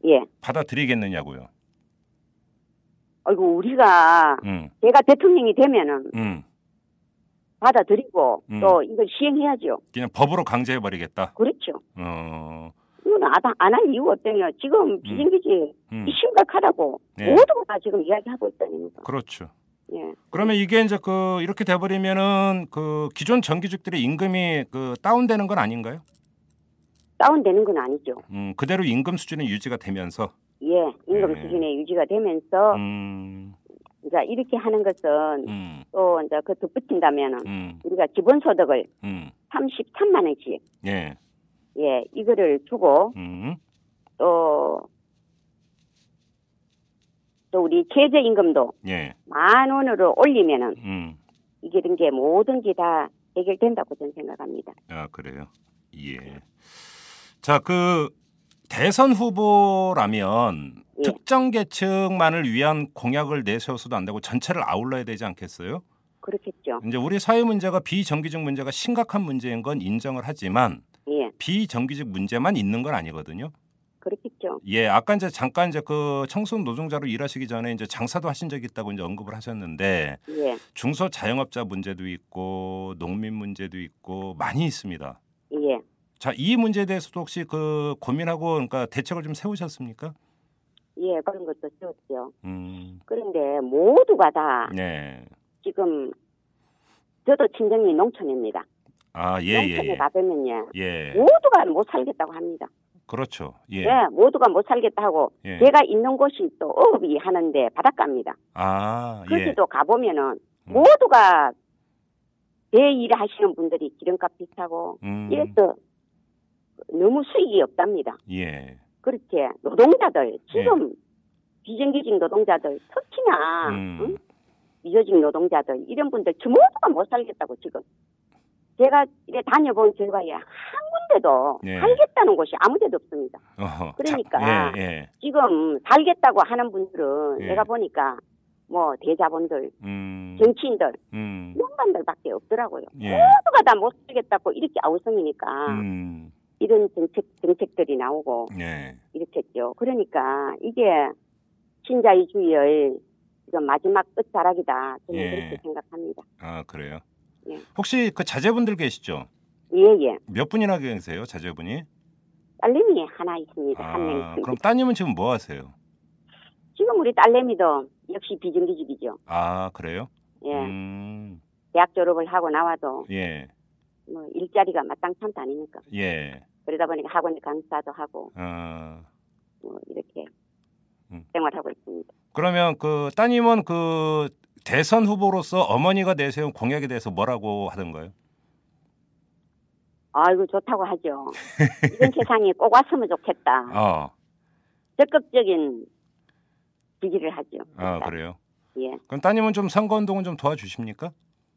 [SPEAKER 6] 예.
[SPEAKER 2] 받아들이겠느냐고요.
[SPEAKER 6] 아이고 우리가
[SPEAKER 2] 음,
[SPEAKER 6] 제가 대통령이 되면은
[SPEAKER 2] 음.
[SPEAKER 6] 받아들이고
[SPEAKER 2] 음.
[SPEAKER 6] 또 이걸 시행해야죠.
[SPEAKER 2] 그냥 법으로 강제해 버리겠다.
[SPEAKER 6] 그렇죠.
[SPEAKER 2] 어,
[SPEAKER 6] 이건 안할 이유가 없잖아요. 지금 비정규직
[SPEAKER 2] 음,
[SPEAKER 6] 이 심각하다고
[SPEAKER 2] 네.
[SPEAKER 6] 모두가 다 지금 이야기하고 있다니까.
[SPEAKER 2] 그렇죠.
[SPEAKER 6] 예.
[SPEAKER 2] 그러면 이게 이제 그 이렇게 돼버리면은 그 기존 정규직들의 임금이 그 다운되는 건 아닌가요?
[SPEAKER 6] 다운되는 건 아니죠.
[SPEAKER 2] 음, 그대로 임금 수준은 유지가 되면서.
[SPEAKER 6] 예, 임금
[SPEAKER 2] 예.
[SPEAKER 6] 수준의 유지가 되면서
[SPEAKER 2] 음,
[SPEAKER 6] 이제 이렇게 하는 것은
[SPEAKER 2] 음,
[SPEAKER 6] 또 이제 그 덧붙인다면은
[SPEAKER 2] 음,
[SPEAKER 6] 우리가 기본소득을
[SPEAKER 2] 음,
[SPEAKER 6] 33만 원씩
[SPEAKER 2] 예,
[SPEAKER 6] 예 이거를 주고
[SPEAKER 2] 음,
[SPEAKER 6] 또 또 우리 최저임금도
[SPEAKER 2] 예,
[SPEAKER 6] 만 원으로 올리면은
[SPEAKER 2] 음.
[SPEAKER 6] 이게 된 게 뭐든지 다 해결된다고 저는 생각합니다.
[SPEAKER 2] 아 그래요. 예. 자 그 대선 후보라면
[SPEAKER 6] 예.
[SPEAKER 2] 특정 계층만을 위한 공약을 내세워서도 안 되고 전체를 아울러야 되지 않겠어요?
[SPEAKER 6] 그렇겠죠.
[SPEAKER 2] 이제 우리 사회 문제가 비정규직 문제가 심각한 문제인 건 인정을 하지만
[SPEAKER 6] 예,
[SPEAKER 2] 비정규직 문제만 있는 건 아니거든요.
[SPEAKER 6] 그렇겠죠.
[SPEAKER 2] 예, 아까 이제 잠깐 이제 그 청소년 노동자로 일하시기 전에 이제 장사도 하신 적이 있다고 이제 언급을 하셨는데
[SPEAKER 6] 예,
[SPEAKER 2] 중소 자영업자 문제도 있고 농민 문제도 있고 많이 있습니다.
[SPEAKER 6] 예.
[SPEAKER 2] 자, 이 문제에 대해서도 혹시 그 고민하고 그러니까 대책을 좀 세우셨습니까?
[SPEAKER 6] 예, 그런 것도 세웠죠.
[SPEAKER 2] 음.
[SPEAKER 6] 그런데 모두가 다
[SPEAKER 2] 네.
[SPEAKER 6] 지금 저도 친정이 농촌입니다.
[SPEAKER 2] 아, 예, 예.
[SPEAKER 6] 농촌에 가보면요.
[SPEAKER 2] 예. 예.
[SPEAKER 6] 모두가 못 살겠다고 합니다.
[SPEAKER 2] 그렇죠. 예.
[SPEAKER 6] 예, 모두가 못 살겠다 하고
[SPEAKER 2] 예.
[SPEAKER 6] 제가 있는 곳이 또 어업이 하는데 바닷가입니다.
[SPEAKER 2] 아, 예.
[SPEAKER 6] 거기도 가보면은
[SPEAKER 2] 음.
[SPEAKER 6] 모두가 제 일을 하시는 분들이 기름값 비싸고
[SPEAKER 2] 음.
[SPEAKER 6] 이래서 너무 수익이 없답니다.
[SPEAKER 2] 예.
[SPEAKER 6] 그렇지 노동자들 지금 비정규직 노동자들 특히나
[SPEAKER 2] 음.
[SPEAKER 6] 응? 비정규직 노동자들 이런 분들 저 모두가 못 살겠다고 지금 제가 이래 다녀본 결과에 한 군데도
[SPEAKER 2] 네.
[SPEAKER 6] 살겠다는 곳이 아무데도 없습니다.
[SPEAKER 2] 어허,
[SPEAKER 6] 그러니까
[SPEAKER 2] 자, 예, 예.
[SPEAKER 6] 지금 살겠다고 하는 분들은
[SPEAKER 2] 예.
[SPEAKER 6] 내가 보니까 뭐 대자본들,
[SPEAKER 2] 음.
[SPEAKER 6] 정치인들,
[SPEAKER 2] 음.
[SPEAKER 6] 농관들밖에 없더라고요.
[SPEAKER 2] 예.
[SPEAKER 6] 모두가 다 못 살겠다고 이렇게 네. 아우성이니까
[SPEAKER 2] 음.
[SPEAKER 6] 이런 정책 정책들이 나오고
[SPEAKER 2] 예.
[SPEAKER 6] 이렇겠죠. 그러니까 이게 신자유주의의 지금 마지막 끝자락이다 저는
[SPEAKER 2] 예.
[SPEAKER 6] 그렇게 생각합니다.
[SPEAKER 2] 아, 그래요.
[SPEAKER 6] 예.
[SPEAKER 2] 혹시 그 자제분들 계시죠?
[SPEAKER 6] 예예.
[SPEAKER 2] 몇 분이나 계세요, 자제분이?
[SPEAKER 6] 딸내미 하나 있습니다.
[SPEAKER 2] 아,
[SPEAKER 6] 예, 한 명 있습니다.
[SPEAKER 2] 그럼 따님은 지금 뭐 하세요?
[SPEAKER 6] 지금 우리 딸내미도 역시 비정규직이죠.
[SPEAKER 2] 아, 그래요?
[SPEAKER 6] 예.
[SPEAKER 2] 음.
[SPEAKER 6] 대학 졸업을 하고 나와도
[SPEAKER 2] 예.
[SPEAKER 6] 뭐 일자리가 마땅찮다 아니니까
[SPEAKER 2] 예.
[SPEAKER 6] 그러다 보니까 학원 강사도 하고
[SPEAKER 2] 어.
[SPEAKER 6] 뭐 이렇게
[SPEAKER 2] 음.
[SPEAKER 6] 생활하고 있습니다.
[SPEAKER 2] 그러면 그 따님은 그 대선 후보로서 어머니가 내세운 공약에 대해서 뭐라고 하던가요?
[SPEAKER 6] 아이고 좋다고 하죠. 이런 세상이 꼭 왔으면 좋겠다.
[SPEAKER 2] 어,
[SPEAKER 6] 적극적인 지기를 하죠.
[SPEAKER 2] 아 그래요.
[SPEAKER 6] 예.
[SPEAKER 2] 그럼 따님은 좀 선거 운동은 좀 도와주십니까?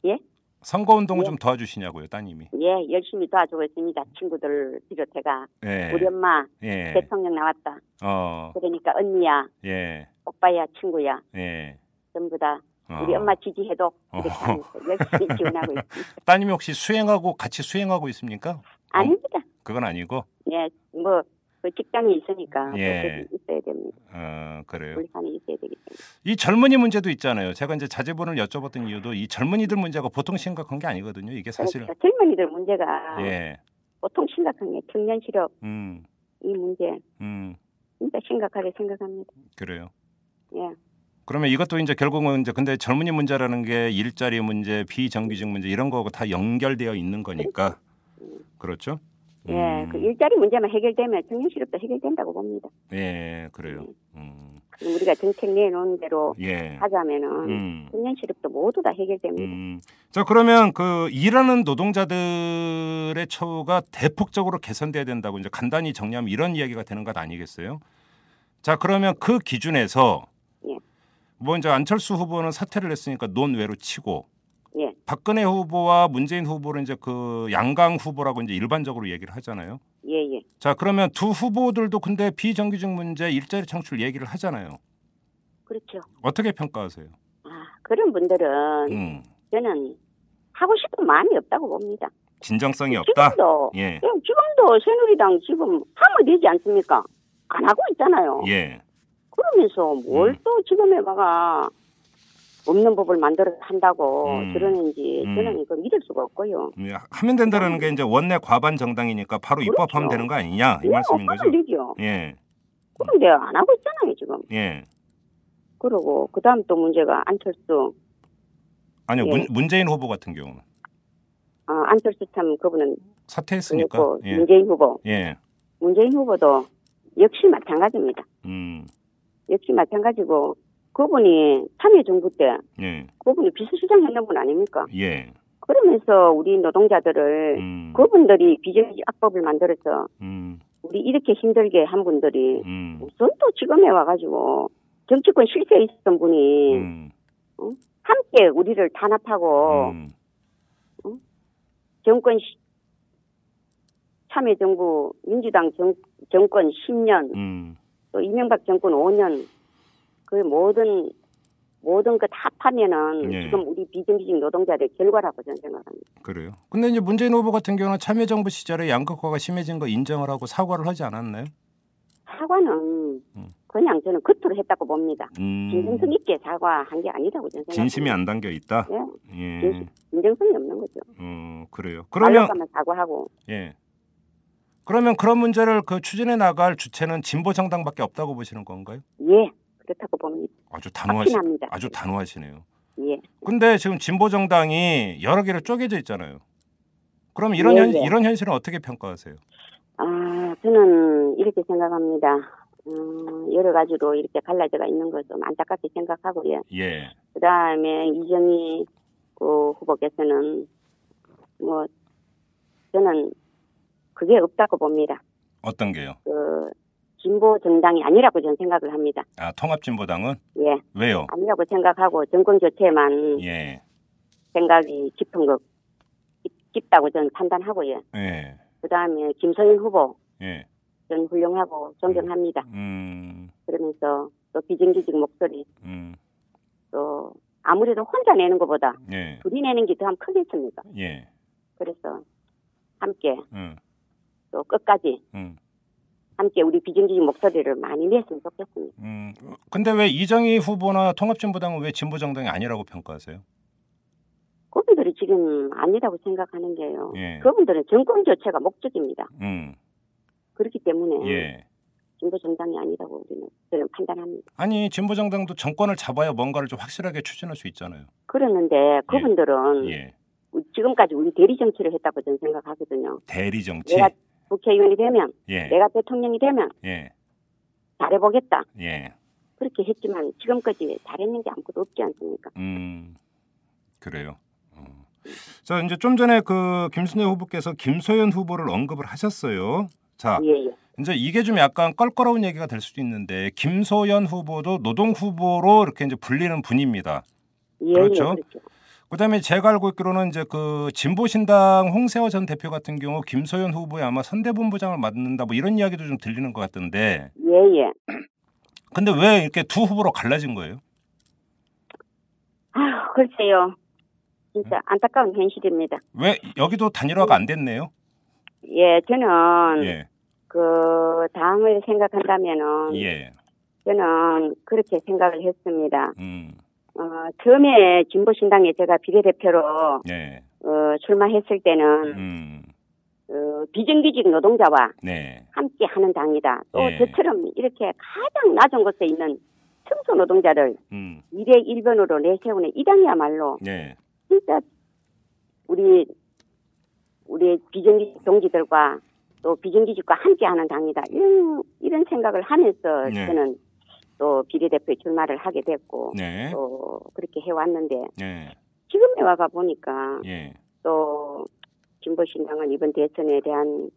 [SPEAKER 6] 예?
[SPEAKER 2] 선거 운동은
[SPEAKER 6] 예.
[SPEAKER 2] 좀 도와주시냐고요, 따님이.
[SPEAKER 6] 예, 열심히 도와주고 있습니다. 친구들 비롯해가
[SPEAKER 2] 예.
[SPEAKER 6] 우리 엄마
[SPEAKER 2] 예.
[SPEAKER 6] 대통령 나왔다.
[SPEAKER 2] 어,
[SPEAKER 6] 그러니까 언니야,
[SPEAKER 2] 예.
[SPEAKER 6] 오빠야, 친구야
[SPEAKER 2] 예.
[SPEAKER 6] 전부 다
[SPEAKER 2] 어.
[SPEAKER 6] 우리 엄마 지지해도 이렇게
[SPEAKER 2] 어.
[SPEAKER 6] 하면서 열심히 지원하고 있습니다.
[SPEAKER 2] 따님이 혹시 수행하고 같이 수행하고 있습니까?
[SPEAKER 6] 아닙니다.
[SPEAKER 2] 그건 아니고.
[SPEAKER 6] 예, 뭐. 그 직장이 있으니까
[SPEAKER 2] 예.
[SPEAKER 6] 그것이 있어야 됩니다.
[SPEAKER 2] 어, 그래요.
[SPEAKER 6] 우리 산이 있어야 되기 때문에.
[SPEAKER 2] 이 젊은이 문제도 있잖아요. 제가 이제 자제분을 여쭤봤던 이유도 이 젊은이들 문제가 보통 심각한 게 아니거든요. 이게 사실
[SPEAKER 6] 그러니까 젊은이들 문제가
[SPEAKER 2] 예.
[SPEAKER 6] 보통 심각한 게 청년 실업
[SPEAKER 2] 음.
[SPEAKER 6] 이 문제
[SPEAKER 2] 음.
[SPEAKER 6] 진짜 심각하게 생각합니다.
[SPEAKER 2] 그래요.
[SPEAKER 6] 예.
[SPEAKER 2] 그러면 이것도 이제 결국은 이제 근데 젊은이 문제라는 게 일자리 문제, 비정규직 문제 이런 거하고 다 연결되어 있는 거니까. 그렇죠?
[SPEAKER 6] 예, 그
[SPEAKER 2] 음.
[SPEAKER 6] 일자리 문제만 해결되면 청년 실업도 해결된다고 봅니다.
[SPEAKER 2] 예, 그래요. 음.
[SPEAKER 6] 그럼 우리가 정책 내놓은 대로
[SPEAKER 2] 예.
[SPEAKER 6] 하자면은
[SPEAKER 2] 음.
[SPEAKER 6] 청년 실업도 모두 다 해결됩니다.
[SPEAKER 2] 음. 자 그러면 그 일하는 노동자들의 처우가 대폭적으로 개선돼야 된다고 이제 간단히 정리하면 이런 이야기가 되는 것 아니겠어요? 자 그러면 그 기준에서
[SPEAKER 6] 예.
[SPEAKER 2] 뭐 이제 안철수 후보는 사퇴를 했으니까 논외로 치고
[SPEAKER 6] 예.
[SPEAKER 2] 박근혜 후보와 문재인 후보는 이제 그 양강 후보라고 이제 일반적으로 얘기를 하잖아요.
[SPEAKER 6] 예, 예.
[SPEAKER 2] 자 그러면 두 후보들도 근데 비정규직 문제, 일자리 창출 얘기를 하잖아요.
[SPEAKER 6] 그렇죠.
[SPEAKER 2] 어떻게 평가하세요?
[SPEAKER 6] 아, 그런 분들은
[SPEAKER 2] 음,
[SPEAKER 6] 저는 하고 싶은 마음이 없다고 봅니다.
[SPEAKER 2] 진정성이 없다.
[SPEAKER 6] 지금도
[SPEAKER 2] 예,
[SPEAKER 6] 예, 지금도 새누리당 지금 하면 되지 않습니까? 안 하고 있잖아요.
[SPEAKER 2] 예.
[SPEAKER 6] 그러면서 뭘
[SPEAKER 2] 음.
[SPEAKER 6] 또 지금에 막아 없는 법을 만들어 한다고
[SPEAKER 2] 음.
[SPEAKER 6] 저러는지
[SPEAKER 2] 음.
[SPEAKER 6] 저는 이거 믿을 수가 없고요.
[SPEAKER 2] 예, 하면 된다라는 게 이제 원내 과반 정당이니까 바로
[SPEAKER 6] 그렇죠.
[SPEAKER 2] 입법하면 되는 거 아니냐 이
[SPEAKER 6] 예,
[SPEAKER 2] 말씀인 거죠?
[SPEAKER 6] 없다는 얘기요.
[SPEAKER 2] 예,
[SPEAKER 6] 그런데 안 하고 있잖아요 지금.
[SPEAKER 2] 예.
[SPEAKER 6] 그러고 그 다음 또 문제가 안철수.
[SPEAKER 2] 아니요
[SPEAKER 6] 예.
[SPEAKER 2] 문, 문재인 후보 같은 경우는
[SPEAKER 6] 어, 안철수 참 그분은
[SPEAKER 2] 사퇴했으니까.
[SPEAKER 6] 그렇고
[SPEAKER 2] 예,
[SPEAKER 6] 문재인 후보.
[SPEAKER 2] 예,
[SPEAKER 6] 문재인 후보도 역시 마찬가지입니다.
[SPEAKER 2] 음,
[SPEAKER 6] 역시 마찬가지고 그분이 참여정부 때
[SPEAKER 2] 예,
[SPEAKER 6] 그분이 비서실장 했는 분 아닙니까?
[SPEAKER 2] 예,
[SPEAKER 6] 그러면서 우리 노동자들을
[SPEAKER 2] 음,
[SPEAKER 6] 네. 그분들이 비정규직 악법을 만들어서
[SPEAKER 2] 음,
[SPEAKER 6] 우리 이렇게 힘들게 한 분들이
[SPEAKER 2] 음,
[SPEAKER 6] 우선 또 지금에 와가지고 정치권 실세에 있었던 분이
[SPEAKER 2] 음,
[SPEAKER 6] 함께 우리를 탄압하고
[SPEAKER 2] 음,
[SPEAKER 6] 정권 시- 참여정부 민주당 정, 정권 10년
[SPEAKER 2] 음,
[SPEAKER 6] 또 이명박 정권 5년 그 모든 모든 그 다 파면은
[SPEAKER 2] 예.
[SPEAKER 6] 지금 우리 비정규직 노동자들 결과라고 저는 생각합니다.
[SPEAKER 2] 그래요. 근데 이제 문재인 후보 같은 경우는 참여정부 시절에 양극화가 심해진 거 인정을 하고 사과를 하지 않았나요?
[SPEAKER 6] 사과는
[SPEAKER 2] 음.
[SPEAKER 6] 그냥 저는 겉으로 했다고 봅니다.
[SPEAKER 2] 음,
[SPEAKER 6] 진정성 있게 사과한 게 아니라고 저는 생각합니다.
[SPEAKER 2] 진심이 안 담겨 있다.
[SPEAKER 6] 예,
[SPEAKER 2] 예,
[SPEAKER 6] 진심. 진정성이 없는 거죠.
[SPEAKER 2] 어, 그래요.
[SPEAKER 6] 그러면
[SPEAKER 2] 그러면
[SPEAKER 6] 만 사과하고
[SPEAKER 2] 예. 그러면 그런 문제를 그 추진해 나갈 주체는 진보 정당밖에 없다고 보시는 건가요?
[SPEAKER 6] 예 그렇다고 봅니다.
[SPEAKER 2] 아주 단호하시
[SPEAKER 6] 확신합니다.
[SPEAKER 2] 아주 단호하시네요.
[SPEAKER 6] 예
[SPEAKER 2] 근데 지금 진보 정당이 여러 개로 쪼개져 있잖아요. 그럼 이런
[SPEAKER 6] 예,
[SPEAKER 2] 현,
[SPEAKER 6] 예.
[SPEAKER 2] 이런 현실은 어떻게 평가하세요?
[SPEAKER 6] 아, 저는 이렇게 생각합니다. 음, 여러 가지로 이렇게 갈라져가 있는 걸 좀 안타깝게 생각하고요.
[SPEAKER 2] 예.
[SPEAKER 6] 그 다음에 이정희 그 후보께서는 뭐, 저는 그게 없다고 봅니다.
[SPEAKER 2] 어떤 게요?
[SPEAKER 6] 그, 진보 정당이 아니라고 저는 생각을 합니다.
[SPEAKER 2] 아, 통합 진보당은
[SPEAKER 6] 예,
[SPEAKER 2] 왜요?
[SPEAKER 6] 아니라고 생각하고 정권 교체만
[SPEAKER 2] 예.
[SPEAKER 6] 생각이 깊은 것, 깊- 깊다고 저는 판단하고요.
[SPEAKER 2] 예.
[SPEAKER 6] 그 다음에 김성인 후보,
[SPEAKER 2] 예.
[SPEAKER 6] 저는 훌륭하고 존경합니다.
[SPEAKER 2] 음.
[SPEAKER 6] 그러면서 또 비정규직 목소리
[SPEAKER 2] 음.
[SPEAKER 6] 또 아무래도 혼자 내는 것보다
[SPEAKER 2] 예.
[SPEAKER 6] 둘이 내는 게 더 크겠습니까?
[SPEAKER 2] 예.
[SPEAKER 6] 그래서 함께
[SPEAKER 2] 음.
[SPEAKER 6] 또 끝까지
[SPEAKER 2] 음.
[SPEAKER 6] 함께 우리 비정규직 목소리를 많이 냈으면 좋겠습니다.
[SPEAKER 2] 음. 근데 왜 이정희 후보나 통합 진보당은 왜 진보 정당이 아니라고 평가하세요?
[SPEAKER 6] 그분들이 지금 아니라고 생각하는 게요.
[SPEAKER 2] 예.
[SPEAKER 6] 그분들은 정권 교체가 목적입니다.
[SPEAKER 2] 음.
[SPEAKER 6] 그렇기 때문에
[SPEAKER 2] 예.
[SPEAKER 6] 진보 정당이 아니라고 우리는 저는 판단합니다.
[SPEAKER 2] 아니 진보 정당도 정권을 잡아야 뭔가를 좀 확실하게 추진할 수 있잖아요.
[SPEAKER 6] 그러는데 그분들은
[SPEAKER 2] 예.
[SPEAKER 6] 지금까지 우리 대리 정치를 했다고 저는 생각하거든요.
[SPEAKER 2] 대리 정치.
[SPEAKER 6] 내가 국회의원이 되면
[SPEAKER 2] 예.
[SPEAKER 6] 내가 대통령이 되면
[SPEAKER 2] 예.
[SPEAKER 6] 잘해보겠다.
[SPEAKER 2] 예.
[SPEAKER 6] 그렇게 했지만 지금까지 잘했는 게 아무것도 없지 않습니까?
[SPEAKER 2] 음, 그래요. 어. 자, 이제 좀 전에 그 김순애 후보께서 김소연 후보를 언급을 하셨어요. 자,
[SPEAKER 6] 예, 예.
[SPEAKER 2] 이제 이게 좀 약간 껄끄러운 얘기가 될 수도 있는데 김소연 후보도 노동 후보로 이렇게 이제 불리는 분입니다.
[SPEAKER 6] 예,
[SPEAKER 2] 그렇죠.
[SPEAKER 6] 예, 그렇죠.
[SPEAKER 2] 그다음에 제가 알고 있기로는 이제 그 진보신당 홍세호 전 대표 같은 경우 김소연 후보에 아마 선대본부장을 맡는다 뭐 이런 이야기도 좀 들리는 것 같던데.
[SPEAKER 6] 예, 예.
[SPEAKER 2] 근데 왜 이렇게 두 후보로 갈라진 거예요?
[SPEAKER 6] 아휴, 글쎄요.
[SPEAKER 2] 음.
[SPEAKER 6] 진짜 안타까운 현실입니다.
[SPEAKER 2] 왜 여기도 단일화가 안 됐네요?
[SPEAKER 6] 예, 저는
[SPEAKER 2] 예,
[SPEAKER 6] 그 당을 생각한다면은
[SPEAKER 2] 예,
[SPEAKER 6] 저는 그렇게 생각을 했습니다.
[SPEAKER 2] 음,
[SPEAKER 6] 어, 처음에 진보신당에 제가 비례대표로
[SPEAKER 2] 예,
[SPEAKER 6] 어, 출마했을 때는
[SPEAKER 2] 음,
[SPEAKER 6] 어, 비정규직 노동자와
[SPEAKER 2] 네,
[SPEAKER 6] 함께 하는 당이다. 또
[SPEAKER 2] 예.
[SPEAKER 6] 저처럼 이렇게 가장 낮은 곳에 있는 청소 노동자를
[SPEAKER 2] 음,
[SPEAKER 6] 201번으로 내세우는 이 당이야말로
[SPEAKER 2] 네,
[SPEAKER 6] 진짜 그러니까 우리 우리 비정규직 동지들과 또 비정규직과 함께하는 당이다 이런 이런 생각을 하면서
[SPEAKER 2] 네.
[SPEAKER 6] 저는 또 비례대표 에 출마를 하게 됐고
[SPEAKER 2] 네,
[SPEAKER 6] 또 그렇게 해왔는데
[SPEAKER 2] 네,
[SPEAKER 6] 지금에 와가 보니까
[SPEAKER 2] 예,
[SPEAKER 6] 또 진보신당은 이번 대선에 대한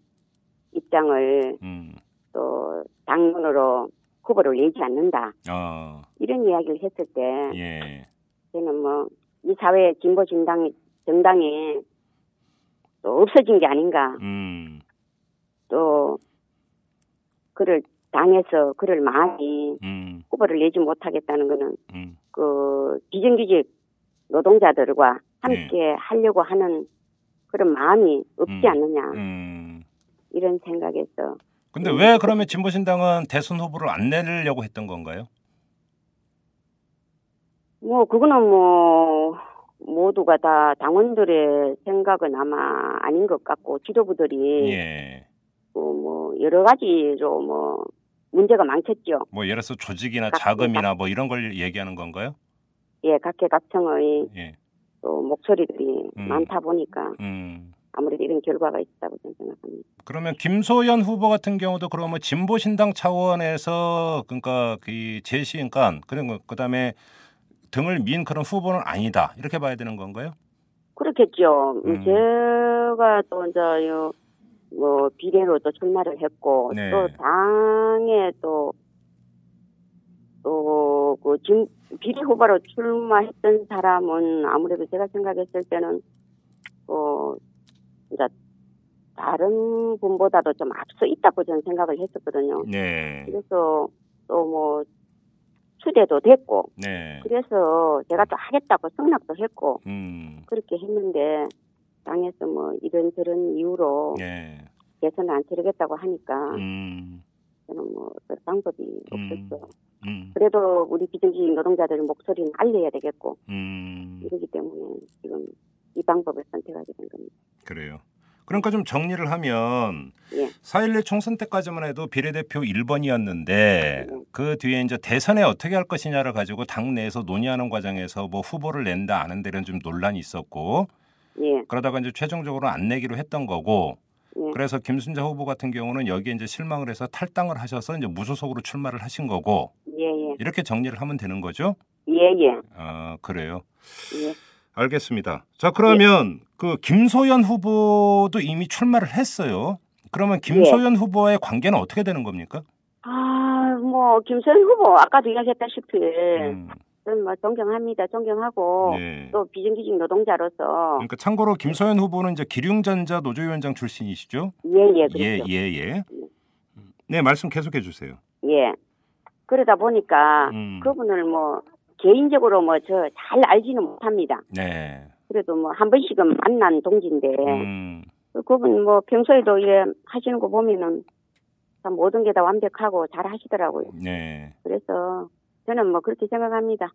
[SPEAKER 6] 입장을
[SPEAKER 2] 음,
[SPEAKER 6] 또 당론으로 후보를 내지 않는다
[SPEAKER 2] 아,
[SPEAKER 6] 이런 이야기를 했을 때
[SPEAKER 2] 예,
[SPEAKER 6] 저는 뭐 이 사회 진보 진당 정당이 또 없어진 게 아닌가
[SPEAKER 2] 음,
[SPEAKER 6] 또 그를 당에서 그를 많이
[SPEAKER 2] 음,
[SPEAKER 6] 후보를 내지 못하겠다는 거는
[SPEAKER 2] 음,
[SPEAKER 6] 그 비정규직 노동자들과 함께 하려고 하는 그런 마음이 없지
[SPEAKER 2] 네. 음.
[SPEAKER 6] 않느냐
[SPEAKER 2] 음.
[SPEAKER 6] 이런 생각에서
[SPEAKER 2] 근데 왜 그러면 진보신당은 대선 후보를 안 내려고 했던 건가요?
[SPEAKER 6] 뭐 그거는 뭐 모두가 다 당원들의 생각은 아마 아닌 것 같고 지도부들이
[SPEAKER 2] 예,
[SPEAKER 6] 뭐, 뭐 여러 가지로 뭐 문제가 많겠죠.
[SPEAKER 2] 뭐 예를 들어서 조직이나 자금이나 뭐 이런 걸 얘기하는 건가요?
[SPEAKER 6] 예, 각계각층의
[SPEAKER 2] 예,
[SPEAKER 6] 또 목소리들이
[SPEAKER 2] 음.
[SPEAKER 6] 많다 보니까
[SPEAKER 2] 음.
[SPEAKER 6] 아무래도 이런 결과가 있다고 저는 생각합니다.
[SPEAKER 2] 그러면 김소연 후보 같은 경우도 그러면 뭐 진보신당 차원에서 그러니까 그 제시니까 그런 거 그다음에 등을 민 그런 후보는 아니다 이렇게 봐야 되는 건가요?
[SPEAKER 6] 그렇겠죠.
[SPEAKER 2] 음.
[SPEAKER 6] 제가 또 이제 요뭐 비례로 또 출마를 했고
[SPEAKER 2] 네.
[SPEAKER 6] 또 당에 또또그 비례 후보로 출마했던 사람은 아무래도 제가 생각했을 때는 어 이제 다른 분보다도 좀 앞서 있다고 저는 생각을 했었거든요.
[SPEAKER 2] 네,
[SPEAKER 6] 그래서 또 뭐 추대도 됐고
[SPEAKER 2] 네,
[SPEAKER 6] 그래서 제가 또 하겠다고 승낙도 했고
[SPEAKER 2] 음,
[SPEAKER 6] 그렇게 했는데 당에서 뭐 이런저런 이유로
[SPEAKER 2] 네,
[SPEAKER 6] 대선을 안 치르겠다고 하니까
[SPEAKER 2] 음,
[SPEAKER 6] 저는 뭐 어떤 방법이
[SPEAKER 2] 음.
[SPEAKER 6] 없었어요.
[SPEAKER 2] 음,
[SPEAKER 6] 그래도 우리 비정규직 노동자들 목소리는 알려야 되겠고
[SPEAKER 2] 음,
[SPEAKER 6] 이러기 때문에 지금 이 방법을 선택하게 된 겁니다.
[SPEAKER 2] 그래요. 그러니까 좀 정리를 하면
[SPEAKER 6] 예.
[SPEAKER 2] 4.11 총선 때까지만 해도 비례대표
[SPEAKER 6] 음.
[SPEAKER 2] 1번이었는데 그 뒤에 이제 대선에 어떻게 할 것이냐를 가지고 당내에서 논의하는 과정에서 뭐 후보를 낸다 안 한다 이런 좀 논란이 있었고
[SPEAKER 6] 예,
[SPEAKER 2] 그러다가 이제 최종적으로 안 내기로 했던 거고
[SPEAKER 6] 예.
[SPEAKER 2] 그래서 김순자 후보 같은 경우는 여기에 이제 실망을 해서 탈당을 하셔서 이제 무소속으로 출마를 하신 거고
[SPEAKER 6] 예, 예,
[SPEAKER 2] 이렇게 정리를 하면 되는 거죠?
[SPEAKER 6] 예, 예,
[SPEAKER 2] 아 그래요.
[SPEAKER 6] 예.
[SPEAKER 2] 알겠습니다. 자 그러면 그 김소연 후보도 이미 출마를 했어요. 그러면
[SPEAKER 6] 예.
[SPEAKER 2] 김소연 후보와의 관계는 어떻게 되는 겁니까?
[SPEAKER 6] 아, 뭐 김선 후보 아까도 이야기했다시피
[SPEAKER 2] 음,
[SPEAKER 6] 저는 뭐 존경합니다. 존경하고
[SPEAKER 2] 예.
[SPEAKER 6] 네. 어, 또 비정규직 노동자로서
[SPEAKER 2] 그러니까 참고로 김소연 후보는 이제 기륭전자 노조위원장 출신이시죠?
[SPEAKER 6] 예예
[SPEAKER 2] 예
[SPEAKER 6] 그렇죠.
[SPEAKER 2] 예, 예. 네 말씀 계속해 주세요.
[SPEAKER 6] 예. 그러다 보니까
[SPEAKER 2] 음.
[SPEAKER 6] 아, 그분을 뭐 개인적으로 뭐 저 잘 알지는 못합니다.
[SPEAKER 2] 네.
[SPEAKER 6] 그래도 뭐 한 번씩은 만난 동지인데
[SPEAKER 2] 음,
[SPEAKER 6] 그분 뭐 평소에도 이래 하시는 거 보면은 참 모든 게 다 완벽하고 잘 하시더라고요.
[SPEAKER 2] 네.
[SPEAKER 6] 그래서 저는 뭐 그렇게 생각합니다.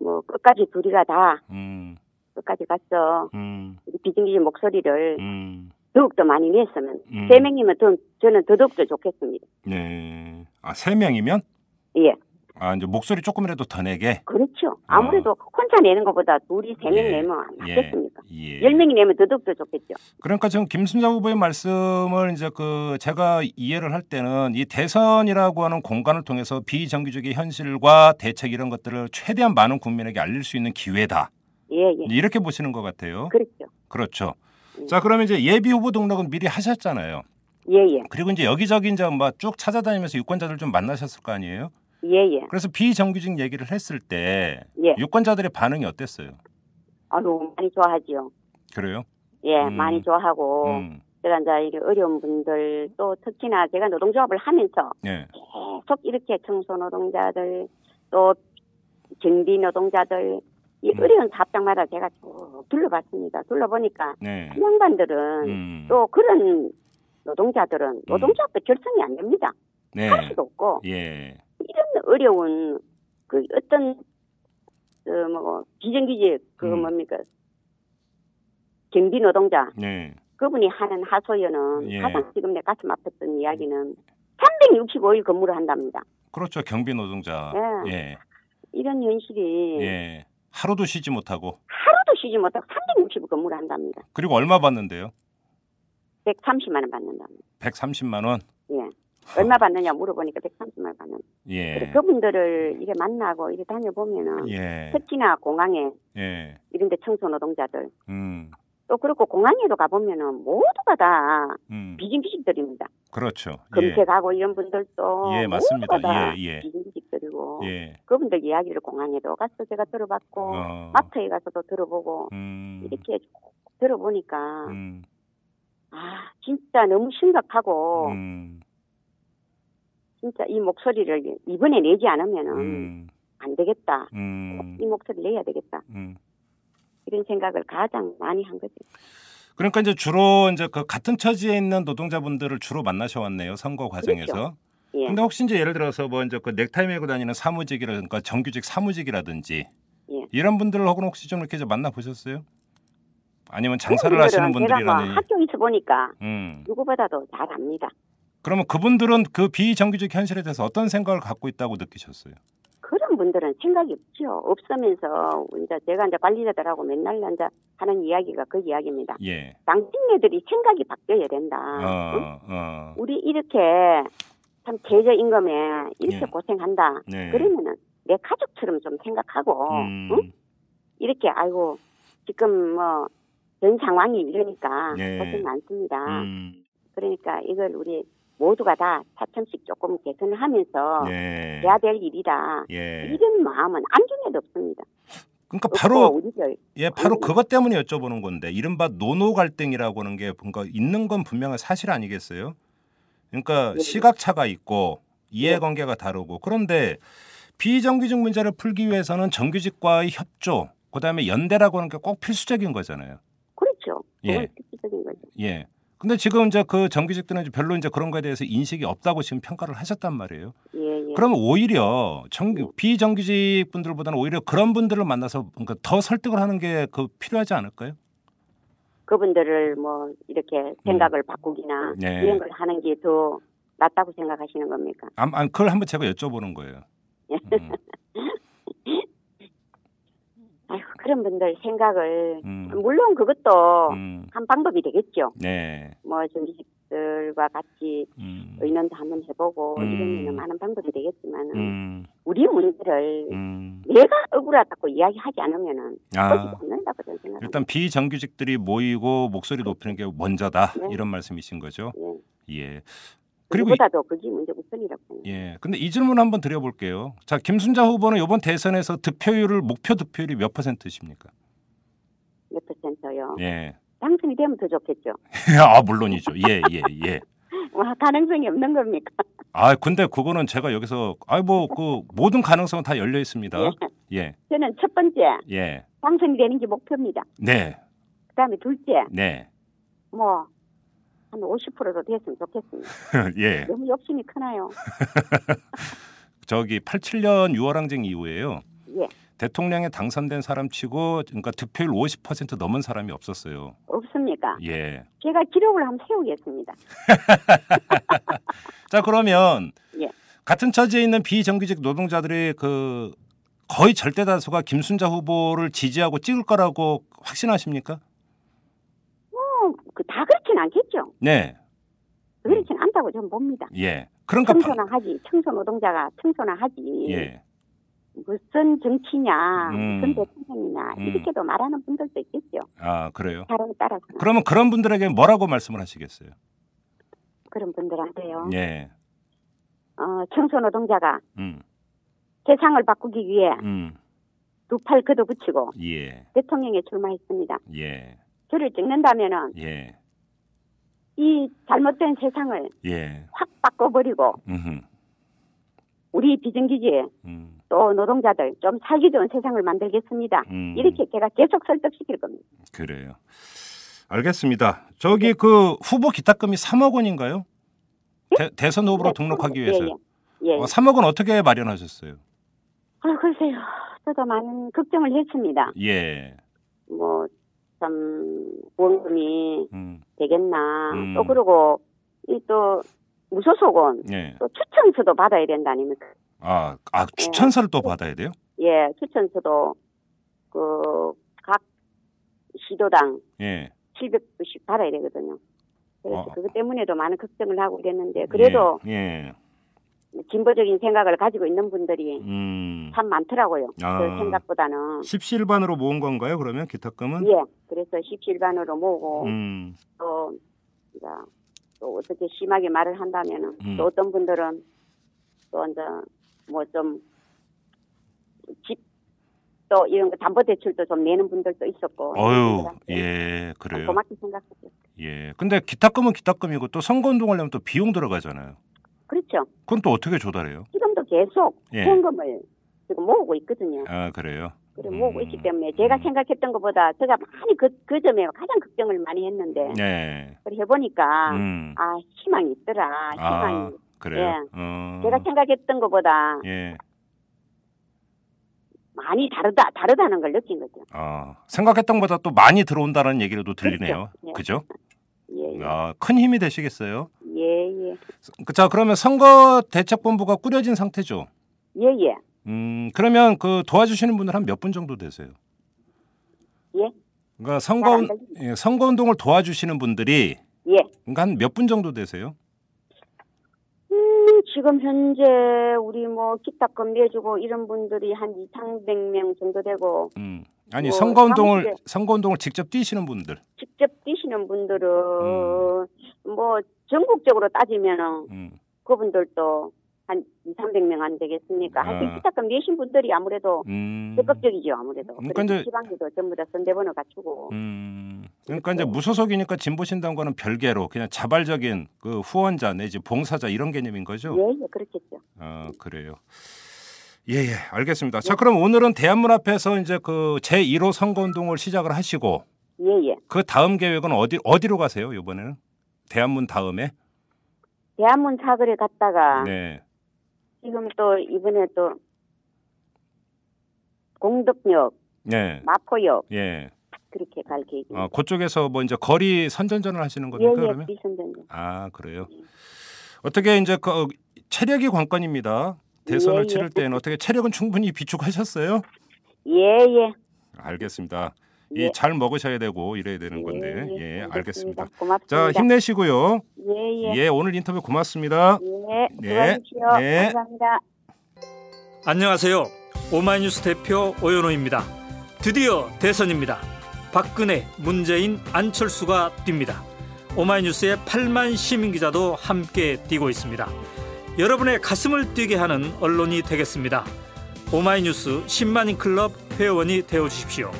[SPEAKER 6] 뭐 끝까지 둘이가 다
[SPEAKER 2] 음,
[SPEAKER 6] 끝까지 갔어.
[SPEAKER 2] 음,
[SPEAKER 6] 우리 비정규직 목소리를
[SPEAKER 2] 음,
[SPEAKER 6] 더욱더 많이 냈으면
[SPEAKER 2] 음.
[SPEAKER 6] 세 명이면 더 저는 더더욱더 좋겠습니다.
[SPEAKER 2] 네. 아, 세 명이면?
[SPEAKER 6] 예.
[SPEAKER 2] 아, 이제 목소리 조금이라도 더 내게.
[SPEAKER 6] 그렇죠. 아무래도 혼자 내는 것보다 둘이 세 명
[SPEAKER 2] 예.
[SPEAKER 6] 내면 안 낫겠습니까?
[SPEAKER 2] 예.
[SPEAKER 6] 열 명이 내면 더더욱 더 좋겠죠.
[SPEAKER 2] 그러니까 지금 김순자 후보의 말씀을 이제 그 제가 이해를 할 때는 이 대선이라고 하는 공간을 통해서 비정규직의 현실과 대책 이런 것들을 최대한 많은 국민에게 알릴 수 있는 기회다.
[SPEAKER 6] 예, 예.
[SPEAKER 2] 이렇게 보시는 것 같아요.
[SPEAKER 6] 그렇죠.
[SPEAKER 2] 그렇죠.
[SPEAKER 6] 음.
[SPEAKER 2] 자, 그러면 이제 예비 후보 등록은 미리 하셨잖아요.
[SPEAKER 6] 예, 예.
[SPEAKER 2] 그리고 이제 여기저기 이제 막쭉 찾아다니면서 유권자들 좀 만나셨을 거 아니에요?
[SPEAKER 6] 예, 예.
[SPEAKER 2] 그래서 비정규직 얘기를 했을 때
[SPEAKER 6] 예.
[SPEAKER 2] 유권자들의 반응이 어땠어요?
[SPEAKER 6] 아유, 많이 좋아하지요.
[SPEAKER 2] 그래요?
[SPEAKER 6] 예,
[SPEAKER 2] 음.
[SPEAKER 6] 많이 좋아하고.
[SPEAKER 2] 음.
[SPEAKER 6] 제가 이제 이게 어려운 분들 또 특히나 제가 노동조합을 하면서
[SPEAKER 2] 예.
[SPEAKER 6] 계속 이렇게 청소노동자들 또 경비 노동자들 이
[SPEAKER 2] 음.
[SPEAKER 6] 어려운 사업장마다 제가 쭉 둘러봤습니다. 둘러보니까
[SPEAKER 2] 네.
[SPEAKER 6] 그 양반들은
[SPEAKER 2] 음.
[SPEAKER 6] 또 그런 노동자들은 노동조합도 결성이 안 됩니다.
[SPEAKER 2] 네.
[SPEAKER 6] 할 수도 없고
[SPEAKER 2] 예.
[SPEAKER 6] 이런 어려운 그 어떤 어, 그뭐 비정규직 그
[SPEAKER 2] 음.
[SPEAKER 6] 뭡니까 경비 노동자
[SPEAKER 2] 네.
[SPEAKER 6] 그분이 하는 하소연은
[SPEAKER 2] 예.
[SPEAKER 6] 가장 지금 내 가슴 아팠던 이야기는 365일 근무를 한답니다.
[SPEAKER 2] 그렇죠. 경비 노동자.
[SPEAKER 6] 예.
[SPEAKER 2] 예.
[SPEAKER 6] 이런 현실이
[SPEAKER 2] 예. 하루도 쉬지 못하고
[SPEAKER 6] 하루도 쉬지 못하고 365일 근무를 한답니다.
[SPEAKER 2] 그리고 얼마 받는데요?
[SPEAKER 6] 130만 원 받는답니다.
[SPEAKER 2] 130만 원.
[SPEAKER 6] 예. 얼마 받느냐 물어보니까 130만 원 받는.
[SPEAKER 2] 예.
[SPEAKER 6] 그래서 그분들을 이렇게 만나고 이렇게 다녀보면은
[SPEAKER 2] 예.
[SPEAKER 6] 특히나 공항에
[SPEAKER 2] 예.
[SPEAKER 6] 이런데 청소 노동자들
[SPEAKER 2] 음.
[SPEAKER 6] 또 그렇고 공항에도 가보면은 모두가 다
[SPEAKER 2] 음.
[SPEAKER 6] 비정규직들입니다.
[SPEAKER 2] 그렇죠. 예.
[SPEAKER 6] 검색하고 이런 분들도
[SPEAKER 2] 예, 맞습니다.
[SPEAKER 6] 모두가 다
[SPEAKER 2] 예, 예.
[SPEAKER 6] 어, 비정규직들이고
[SPEAKER 2] 예.
[SPEAKER 6] 그분들 이야기를 공항에도 가서 제가 들어봤고
[SPEAKER 2] 어.
[SPEAKER 6] 마트에 가서도 들어보고
[SPEAKER 2] 음.
[SPEAKER 6] 이렇게 들어보니까
[SPEAKER 2] 음.
[SPEAKER 6] 아 진짜 너무 심각하고
[SPEAKER 2] 음.
[SPEAKER 6] 진짜 이 목소리를 이번에 내지 않으면은
[SPEAKER 2] 음.
[SPEAKER 6] 안 되겠다
[SPEAKER 2] 음.
[SPEAKER 6] 이 목소리 내야 되겠다
[SPEAKER 2] 음.
[SPEAKER 6] 이런 생각을 가장 많이 한 거죠
[SPEAKER 2] 그러니까 이제 주로 이제 그 같은 처지에 있는 노동자분들을 주로 만나셔 왔네요. 선거
[SPEAKER 6] 그렇죠.
[SPEAKER 2] 과정에서.
[SPEAKER 6] 예
[SPEAKER 2] 근데 혹시 이제 예를 들어서 뭐 이제 그 넥타이 메고 다니는 사무직이라든가 그러니까 정규직 사무직이라든지
[SPEAKER 6] 예.
[SPEAKER 2] 이런 분들하고는 혹시 좀 이렇게 만나 보셨어요? 아니면
[SPEAKER 6] 그런
[SPEAKER 2] 장사를
[SPEAKER 6] 분들은
[SPEAKER 2] 하시는
[SPEAKER 6] 제가 뭐
[SPEAKER 2] 분들이라니.
[SPEAKER 6] 학교에서 보니까
[SPEAKER 2] 음.
[SPEAKER 6] 누구보다도 잘 압니다
[SPEAKER 2] 그러면 그분들은 그 비정규직 현실에 대해서 어떤 생각을 갖고 있다고 느끼셨어요?
[SPEAKER 6] 그런 분들은 생각이 없죠 없으면서 이제 제가 이제 관리자들하고 맨날 이제 하는 이야기가 그 이야기입니다
[SPEAKER 2] 예.
[SPEAKER 6] 당신네들이 생각이 바뀌어야 된다 응?
[SPEAKER 2] 어, 어.
[SPEAKER 6] 우리 이렇게 참 최저임금에 이렇게
[SPEAKER 2] 예.
[SPEAKER 6] 고생한다.
[SPEAKER 2] 네.
[SPEAKER 6] 그러면은 내 가족처럼 좀 생각하고
[SPEAKER 2] 음.
[SPEAKER 6] 응? 이렇게 아이고 지금 뭐 전 상황이 이러니까
[SPEAKER 2] 예.
[SPEAKER 6] 고생 많습니다.
[SPEAKER 2] 음.
[SPEAKER 6] 그러니까 이걸 우리 모두가 다 차츰씩 조금 개선을 하면서
[SPEAKER 2] 예.
[SPEAKER 6] 아, 어. 해야 될 일이다.
[SPEAKER 2] 예.
[SPEAKER 6] 이런 마음은 안중에도 없습니다.
[SPEAKER 2] 그러니까
[SPEAKER 6] 없고
[SPEAKER 2] 바로
[SPEAKER 6] 우리들
[SPEAKER 2] 예, 바로
[SPEAKER 6] 아니.
[SPEAKER 2] 그것 때문에 여쭤보는 건데 이른바 노노 갈등이라고 하는 게 뭔가 있는 건 분명한 사실 아니겠어요? 그러니까
[SPEAKER 6] 네.
[SPEAKER 2] 시각차가 있고 이해관계가 다르고 그런데 비정규직 문제를 풀기 위해서는 정규직과의 협조 그다음에 연대라고 하는 게 꼭 필수적인 거잖아요.
[SPEAKER 6] 그렇죠. 그건
[SPEAKER 2] 예.
[SPEAKER 6] 특수적인 거죠.
[SPEAKER 2] 예. 근데 지금 이제 그 정규직들은 이제 별로 이제 그런 거에 대해서 인식이 없다고 지금 평가를 하셨단 말이에요.
[SPEAKER 6] 예, 예.
[SPEAKER 2] 그러면 오히려
[SPEAKER 6] 네.
[SPEAKER 2] 정규, 비정규직 분들보다는 오히려 그런 분들을 만나서 그러니까 더 설득을 하는 게 그 필요하지 않을까요?
[SPEAKER 6] 그분들을 뭐 이렇게 생각을 바꾸기나
[SPEAKER 2] 네.
[SPEAKER 6] 이런 걸 하는 게 더 낫다고 생각하시는 겁니까?
[SPEAKER 2] 아, 아, 그걸 한번 제가 여쭤보는 거예요. 음,
[SPEAKER 6] 아휴 그런 분들 생각을
[SPEAKER 2] 음,
[SPEAKER 6] 물론 그것도
[SPEAKER 2] 음,
[SPEAKER 6] 한 방법이 되겠죠.
[SPEAKER 2] 네.
[SPEAKER 6] 뭐 정식들과 같이
[SPEAKER 2] 음,
[SPEAKER 6] 의논도 한번 해보고
[SPEAKER 2] 음.
[SPEAKER 6] 이러면 많은 방법이 되겠지만 은
[SPEAKER 2] 음,
[SPEAKER 6] 우리 문제를
[SPEAKER 2] 음.
[SPEAKER 6] 내가 억울하다고 이야기하지 않으면은
[SPEAKER 2] 아,
[SPEAKER 6] 꺼지지 않는다고 저는 생각합니다.
[SPEAKER 2] 일단 비정규직들이 모이고 목소리 높이는 게 먼저다
[SPEAKER 6] 네.
[SPEAKER 2] 이런 말씀이신 거죠.
[SPEAKER 6] 예.
[SPEAKER 2] 예. 그리고 이-
[SPEAKER 6] 그보다도 그게 먼저 우선이라고 생각합니다.
[SPEAKER 2] 예. 근데 이 질문 한번 드려볼게요. 자, 김순자 후보는 이번 대선에서 득표율을 목표 득표율이 몇 퍼센트십니까?
[SPEAKER 6] 몇 퍼센트요?
[SPEAKER 2] 예.
[SPEAKER 6] 당선이 되면 더 좋겠죠.
[SPEAKER 2] 아 물론이죠. 예, 예, 예.
[SPEAKER 6] 와 가능성이 어, 없는 겁니까?
[SPEAKER 2] 아 근데 그거는 제가 여기서 아뭐그 모든 가능성은 다 열려 있습니다. 예,
[SPEAKER 6] 저는 첫 번째
[SPEAKER 2] 예,
[SPEAKER 6] 당선이 되는 게 목표입니다.
[SPEAKER 2] 네,
[SPEAKER 6] 그다음에 둘째
[SPEAKER 2] 네,
[SPEAKER 6] 뭐 한 50%도 됐으면 좋겠습니다.
[SPEAKER 2] 예.
[SPEAKER 6] 너무 욕심이 크나요?
[SPEAKER 2] 저기 87년 6월 항쟁 이후에요.
[SPEAKER 6] 예,
[SPEAKER 2] 대통령에 당선된 사람치고 그러니까 득표율 50% 넘은 사람이 없었어요.
[SPEAKER 6] 없습니까?
[SPEAKER 2] 예.
[SPEAKER 6] 제가 기록을 한번 세우겠습니다.
[SPEAKER 2] 자 그러면
[SPEAKER 6] 예.
[SPEAKER 2] 같은 처지에 있는 비정규직 노동자들의 그 거의 절대 다수가 김순자 후보를 지지하고 찍을 거라고 확신하십니까?
[SPEAKER 6] 그 다 그렇진 않겠죠.
[SPEAKER 2] 네.
[SPEAKER 6] 그렇진 않다고 저는 봅니다.
[SPEAKER 2] 예. 네. 그러니까 바-
[SPEAKER 6] 청소나 하지 청소 노동자가 청소나 하지
[SPEAKER 2] 예.
[SPEAKER 6] 무슨 정치냐
[SPEAKER 2] 음.
[SPEAKER 6] 무슨 대통령이냐
[SPEAKER 2] 음.
[SPEAKER 6] 이렇게도 말하는 분들도 있겠죠.
[SPEAKER 2] 아, 그래요.
[SPEAKER 6] 사람에 따라서
[SPEAKER 2] 그러면 그런 분들에게 뭐라고 말씀을 하시겠어요?
[SPEAKER 6] 그런 분들한테요.
[SPEAKER 2] 예.
[SPEAKER 6] 어, 청소 노동자가
[SPEAKER 2] 음.
[SPEAKER 6] 세상을 바꾸기 위해
[SPEAKER 2] 음.
[SPEAKER 6] 두 팔 걷어붙이고
[SPEAKER 2] 예.
[SPEAKER 6] 대통령에 출마했습니다.
[SPEAKER 2] 예.
[SPEAKER 6] 저를 찍는다면은
[SPEAKER 2] 예.
[SPEAKER 6] 이 잘못된 세상을
[SPEAKER 2] 예.
[SPEAKER 6] 확 바꿔버리고
[SPEAKER 2] 음흠.
[SPEAKER 6] 우리 비정규직
[SPEAKER 2] 음.
[SPEAKER 6] 또 노동자들 좀 살기 좋은 세상을 만들겠습니다.
[SPEAKER 2] 음.
[SPEAKER 6] 이렇게 제가 계속 설득시킬 겁니다.
[SPEAKER 2] 그래요. 알겠습니다. 저기 그 후보 기탁금이 3억 원인가요?
[SPEAKER 6] 네?
[SPEAKER 2] 대, 대선 후보로 등록하기 위해서. 요
[SPEAKER 6] 예, 예. 예.
[SPEAKER 2] 어, 3억은 어떻게 마련하셨어요?
[SPEAKER 6] 아, 글쎄요. 저도 많은 걱정을 했습니다.
[SPEAKER 2] 예.
[SPEAKER 6] 뭐, 참, 보험금이
[SPEAKER 2] 음.
[SPEAKER 6] 되겠나.
[SPEAKER 2] 음.
[SPEAKER 6] 또 그러고, 이 또 무소속은
[SPEAKER 2] 예.
[SPEAKER 6] 또 추천서도 받아야 된다 아닙니까?
[SPEAKER 2] 아,
[SPEAKER 6] 네.
[SPEAKER 2] 아 추천서를 또 받아야 돼요?
[SPEAKER 6] 예, 추천서도 그, 각 시도당
[SPEAKER 2] 예.
[SPEAKER 6] 790 받아야 되거든요. 그래서
[SPEAKER 2] 어.
[SPEAKER 6] 그것 때문에도 많은 걱정을 하고 그랬는데, 그래도
[SPEAKER 2] 예. 예.
[SPEAKER 6] 진보적인 생각을 가지고 있는 분들이
[SPEAKER 2] 음.
[SPEAKER 6] 참 많더라고요.
[SPEAKER 2] 아.
[SPEAKER 6] 그 생각보다는.
[SPEAKER 2] 십시일반으로 모은 건가요? 그러면 기탁금은?
[SPEAKER 6] 예, 그래서 17반으로 모으고,
[SPEAKER 2] 음.
[SPEAKER 6] 또, 이제, 또 어떻게 심하게 말을 한다면은,
[SPEAKER 2] 음.
[SPEAKER 6] 또 어떤 분들은, 또 이제, 뭐 좀, 집, 또 이런 거 담보대출도 좀 내는 분들도 있었고.
[SPEAKER 2] 어유.
[SPEAKER 6] 그런 분들한테
[SPEAKER 2] 예. 그래요.
[SPEAKER 6] 네. 고맙게 생각하죠.
[SPEAKER 2] 예. 근데 기탁금은 기탁금이고 또 선거 운동하려면 또 비용 들어가잖아요.
[SPEAKER 6] 그렇죠.
[SPEAKER 2] 그건 또 어떻게 조달해요?
[SPEAKER 6] 지금도 계속
[SPEAKER 2] 예.
[SPEAKER 6] 후원금을 뭐, 지금 모으고 있거든요.
[SPEAKER 2] 아, 그래요.
[SPEAKER 6] 그래 모으고
[SPEAKER 2] 음.
[SPEAKER 6] 있기 때문에 제가 생각했던 것보다 제가 많이 그, 그 점에 가장 걱정을 많이 했는데,
[SPEAKER 2] 예.
[SPEAKER 6] 그걸 해보니까,
[SPEAKER 2] 음.
[SPEAKER 6] 아, 희망이 있더라.
[SPEAKER 2] 아,
[SPEAKER 6] 희망이.
[SPEAKER 2] 그래요.
[SPEAKER 6] 예.
[SPEAKER 2] 어.
[SPEAKER 6] 제가 생각했던 것보다
[SPEAKER 2] 예.
[SPEAKER 6] 많이 다르다 다르다는 걸 느낀 거죠.
[SPEAKER 2] 아, 생각했던 것보다 또 많이 들어온다는 얘기로도 들리네요.
[SPEAKER 6] 그렇죠. 예.
[SPEAKER 2] 그죠?
[SPEAKER 6] 예예예.
[SPEAKER 2] 아, 큰 힘이 되시겠어요.
[SPEAKER 6] 예, 예.
[SPEAKER 2] 그- 자, 그러면 선거 대책본부가 꾸려진 상태죠.
[SPEAKER 6] 예, 예.
[SPEAKER 2] 음, 그러면 그 도와주시는 분들 한 몇 분 정도 되세요?
[SPEAKER 6] 예?
[SPEAKER 2] 그러니까
[SPEAKER 6] 잘
[SPEAKER 2] 선거
[SPEAKER 6] 안 들리네.
[SPEAKER 2] 예, 선거 운동을 도와주시는 분들이
[SPEAKER 6] 예.
[SPEAKER 2] 그러니까 한 몇 분 정도 되세요?
[SPEAKER 6] 음, 지금 현재 우리 뭐 기탁금 내주고 이런 분들이 한 2,300명 정도 되고
[SPEAKER 2] 음. 아니
[SPEAKER 6] 뭐,
[SPEAKER 2] 선거 운동을
[SPEAKER 6] 한국에-
[SPEAKER 2] 선거 운동을 직접 뛰시는 분들.
[SPEAKER 6] 직접 뛰시는 분들은 뭐 전국적으로 따지면은
[SPEAKER 2] 음.
[SPEAKER 6] 그분들도 한 2,300명 안 되겠습니까?
[SPEAKER 2] 아.
[SPEAKER 6] 하여튼 기탁금 내신 분들이 아무래도
[SPEAKER 2] 음.
[SPEAKER 6] 적극적이죠 아무래도.
[SPEAKER 2] 그러니까
[SPEAKER 6] 그래서
[SPEAKER 2] 이제-
[SPEAKER 6] 지방기도 전부 다 선대본을 갖추고.
[SPEAKER 2] 음. 그러니까 이제 무소속이니까 진보신당과는 별개로 그냥 자발적인 그 후원자 내지 봉사자 이런 개념인 거죠.
[SPEAKER 6] 예, 예, 그렇겠죠.
[SPEAKER 2] 아 그래요. 예예 알겠습니다. 자 그럼 오늘은 대한문 앞에서 이제 그제 1호 선거 운동을 시작을 하시고
[SPEAKER 6] 예, 예.
[SPEAKER 2] 그 다음 계획은 어디 어디로 가세요 이번에는 대한문 다음에
[SPEAKER 6] 대한문 사거리 갔다가
[SPEAKER 2] 네
[SPEAKER 6] 지금 또 이번에 또 공덕역,
[SPEAKER 2] 네.
[SPEAKER 6] 마포역
[SPEAKER 2] 예.
[SPEAKER 6] 그렇게 갈 계획입니다.
[SPEAKER 2] 아, 그쪽에서 뭐 이제 거리 선전전을 하시는
[SPEAKER 6] 예,
[SPEAKER 2] 겁니까
[SPEAKER 6] 예,
[SPEAKER 2] 그러면?
[SPEAKER 6] 비선전전.
[SPEAKER 2] 아 그래요. 어떻게 이제 그 어, 체력이 관건입니다. 대선을
[SPEAKER 6] 예, 예.
[SPEAKER 2] 치를 때는 어떻게 체력은 충분히 비축하셨어요?
[SPEAKER 6] 예, 예.
[SPEAKER 2] 알겠습니다. 이
[SPEAKER 6] 예.
[SPEAKER 2] 잘 먹으셔야 되고 이래야 되는 건데
[SPEAKER 6] 예,
[SPEAKER 2] 예,
[SPEAKER 6] 알겠습니다.
[SPEAKER 2] 알겠습니다. 자
[SPEAKER 6] 고맙습니다.
[SPEAKER 2] 힘내시고요.
[SPEAKER 6] 예, 예.
[SPEAKER 2] 예 오늘 인터뷰 고맙습니다.
[SPEAKER 6] 예,
[SPEAKER 2] 네.
[SPEAKER 6] 수고하십시오.
[SPEAKER 2] 네.
[SPEAKER 6] 감사합니다.
[SPEAKER 7] 안녕하세요. 오마이뉴스 대표 오연호입니다. 드디어 대선입니다. 박근혜, 문재인, 안철수가 뜁니다. 오마이뉴스의 8만 시민 기자도 함께 뛰고 있습니다. 여러분의 가슴을 뛰게 하는 언론이 되겠습니다. 오마이뉴스 10만인 클럽 회원이 되어 주십시오.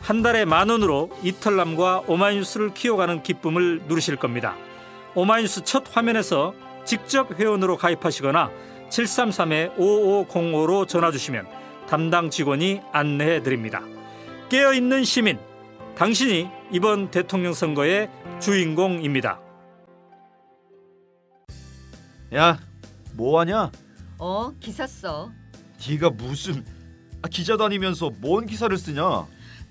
[SPEAKER 7] 한 달에 만 원으로 이털남과 오마이뉴스를 키워가는 기쁨을 누리실 겁니다. 오마이뉴스 첫 화면에서 직접 회원으로 가입하시거나 733-5505로 전화 주시면 담당 직원이 안내해 드립니다. 깨어 있는 시민, 당신이 이번 대통령 선거의 주인공입니다.
[SPEAKER 8] 야, 뭐하냐?
[SPEAKER 1] 어, 기사 써.
[SPEAKER 8] 네가 무슨 아, 기자 다니면서 뭔 기사를 쓰냐?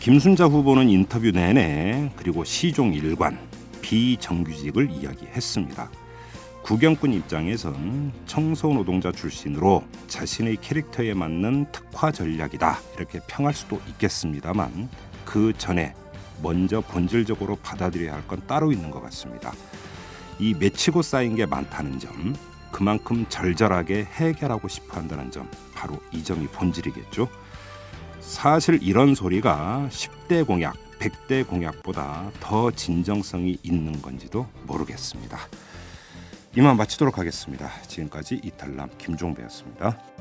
[SPEAKER 2] 김순자 후보는 인터뷰 내내 그리고 시종 일관 비정규직을 이야기했습니다. 구경꾼 입장에선 청소 노동자 출신으로 자신의 캐릭터에 맞는 특화 전략이다 이렇게 평할 수도 있겠습니다만 그 전에 먼저 본질적으로 받아들여야 할 건 따로 있는 것 같습니다. 이 맺히고 쌓인 게 많다는 점, 그만큼 절절하게 해결하고 싶어 한다는 점, 바로 이 점이 본질이겠죠. 사실 이런 소리가 10대 공약, 100대 공약보다 더 진정성이 있는 건지도 모르겠습니다. 이만 마치도록 하겠습니다. 지금까지 이탈남 김종배였습니다.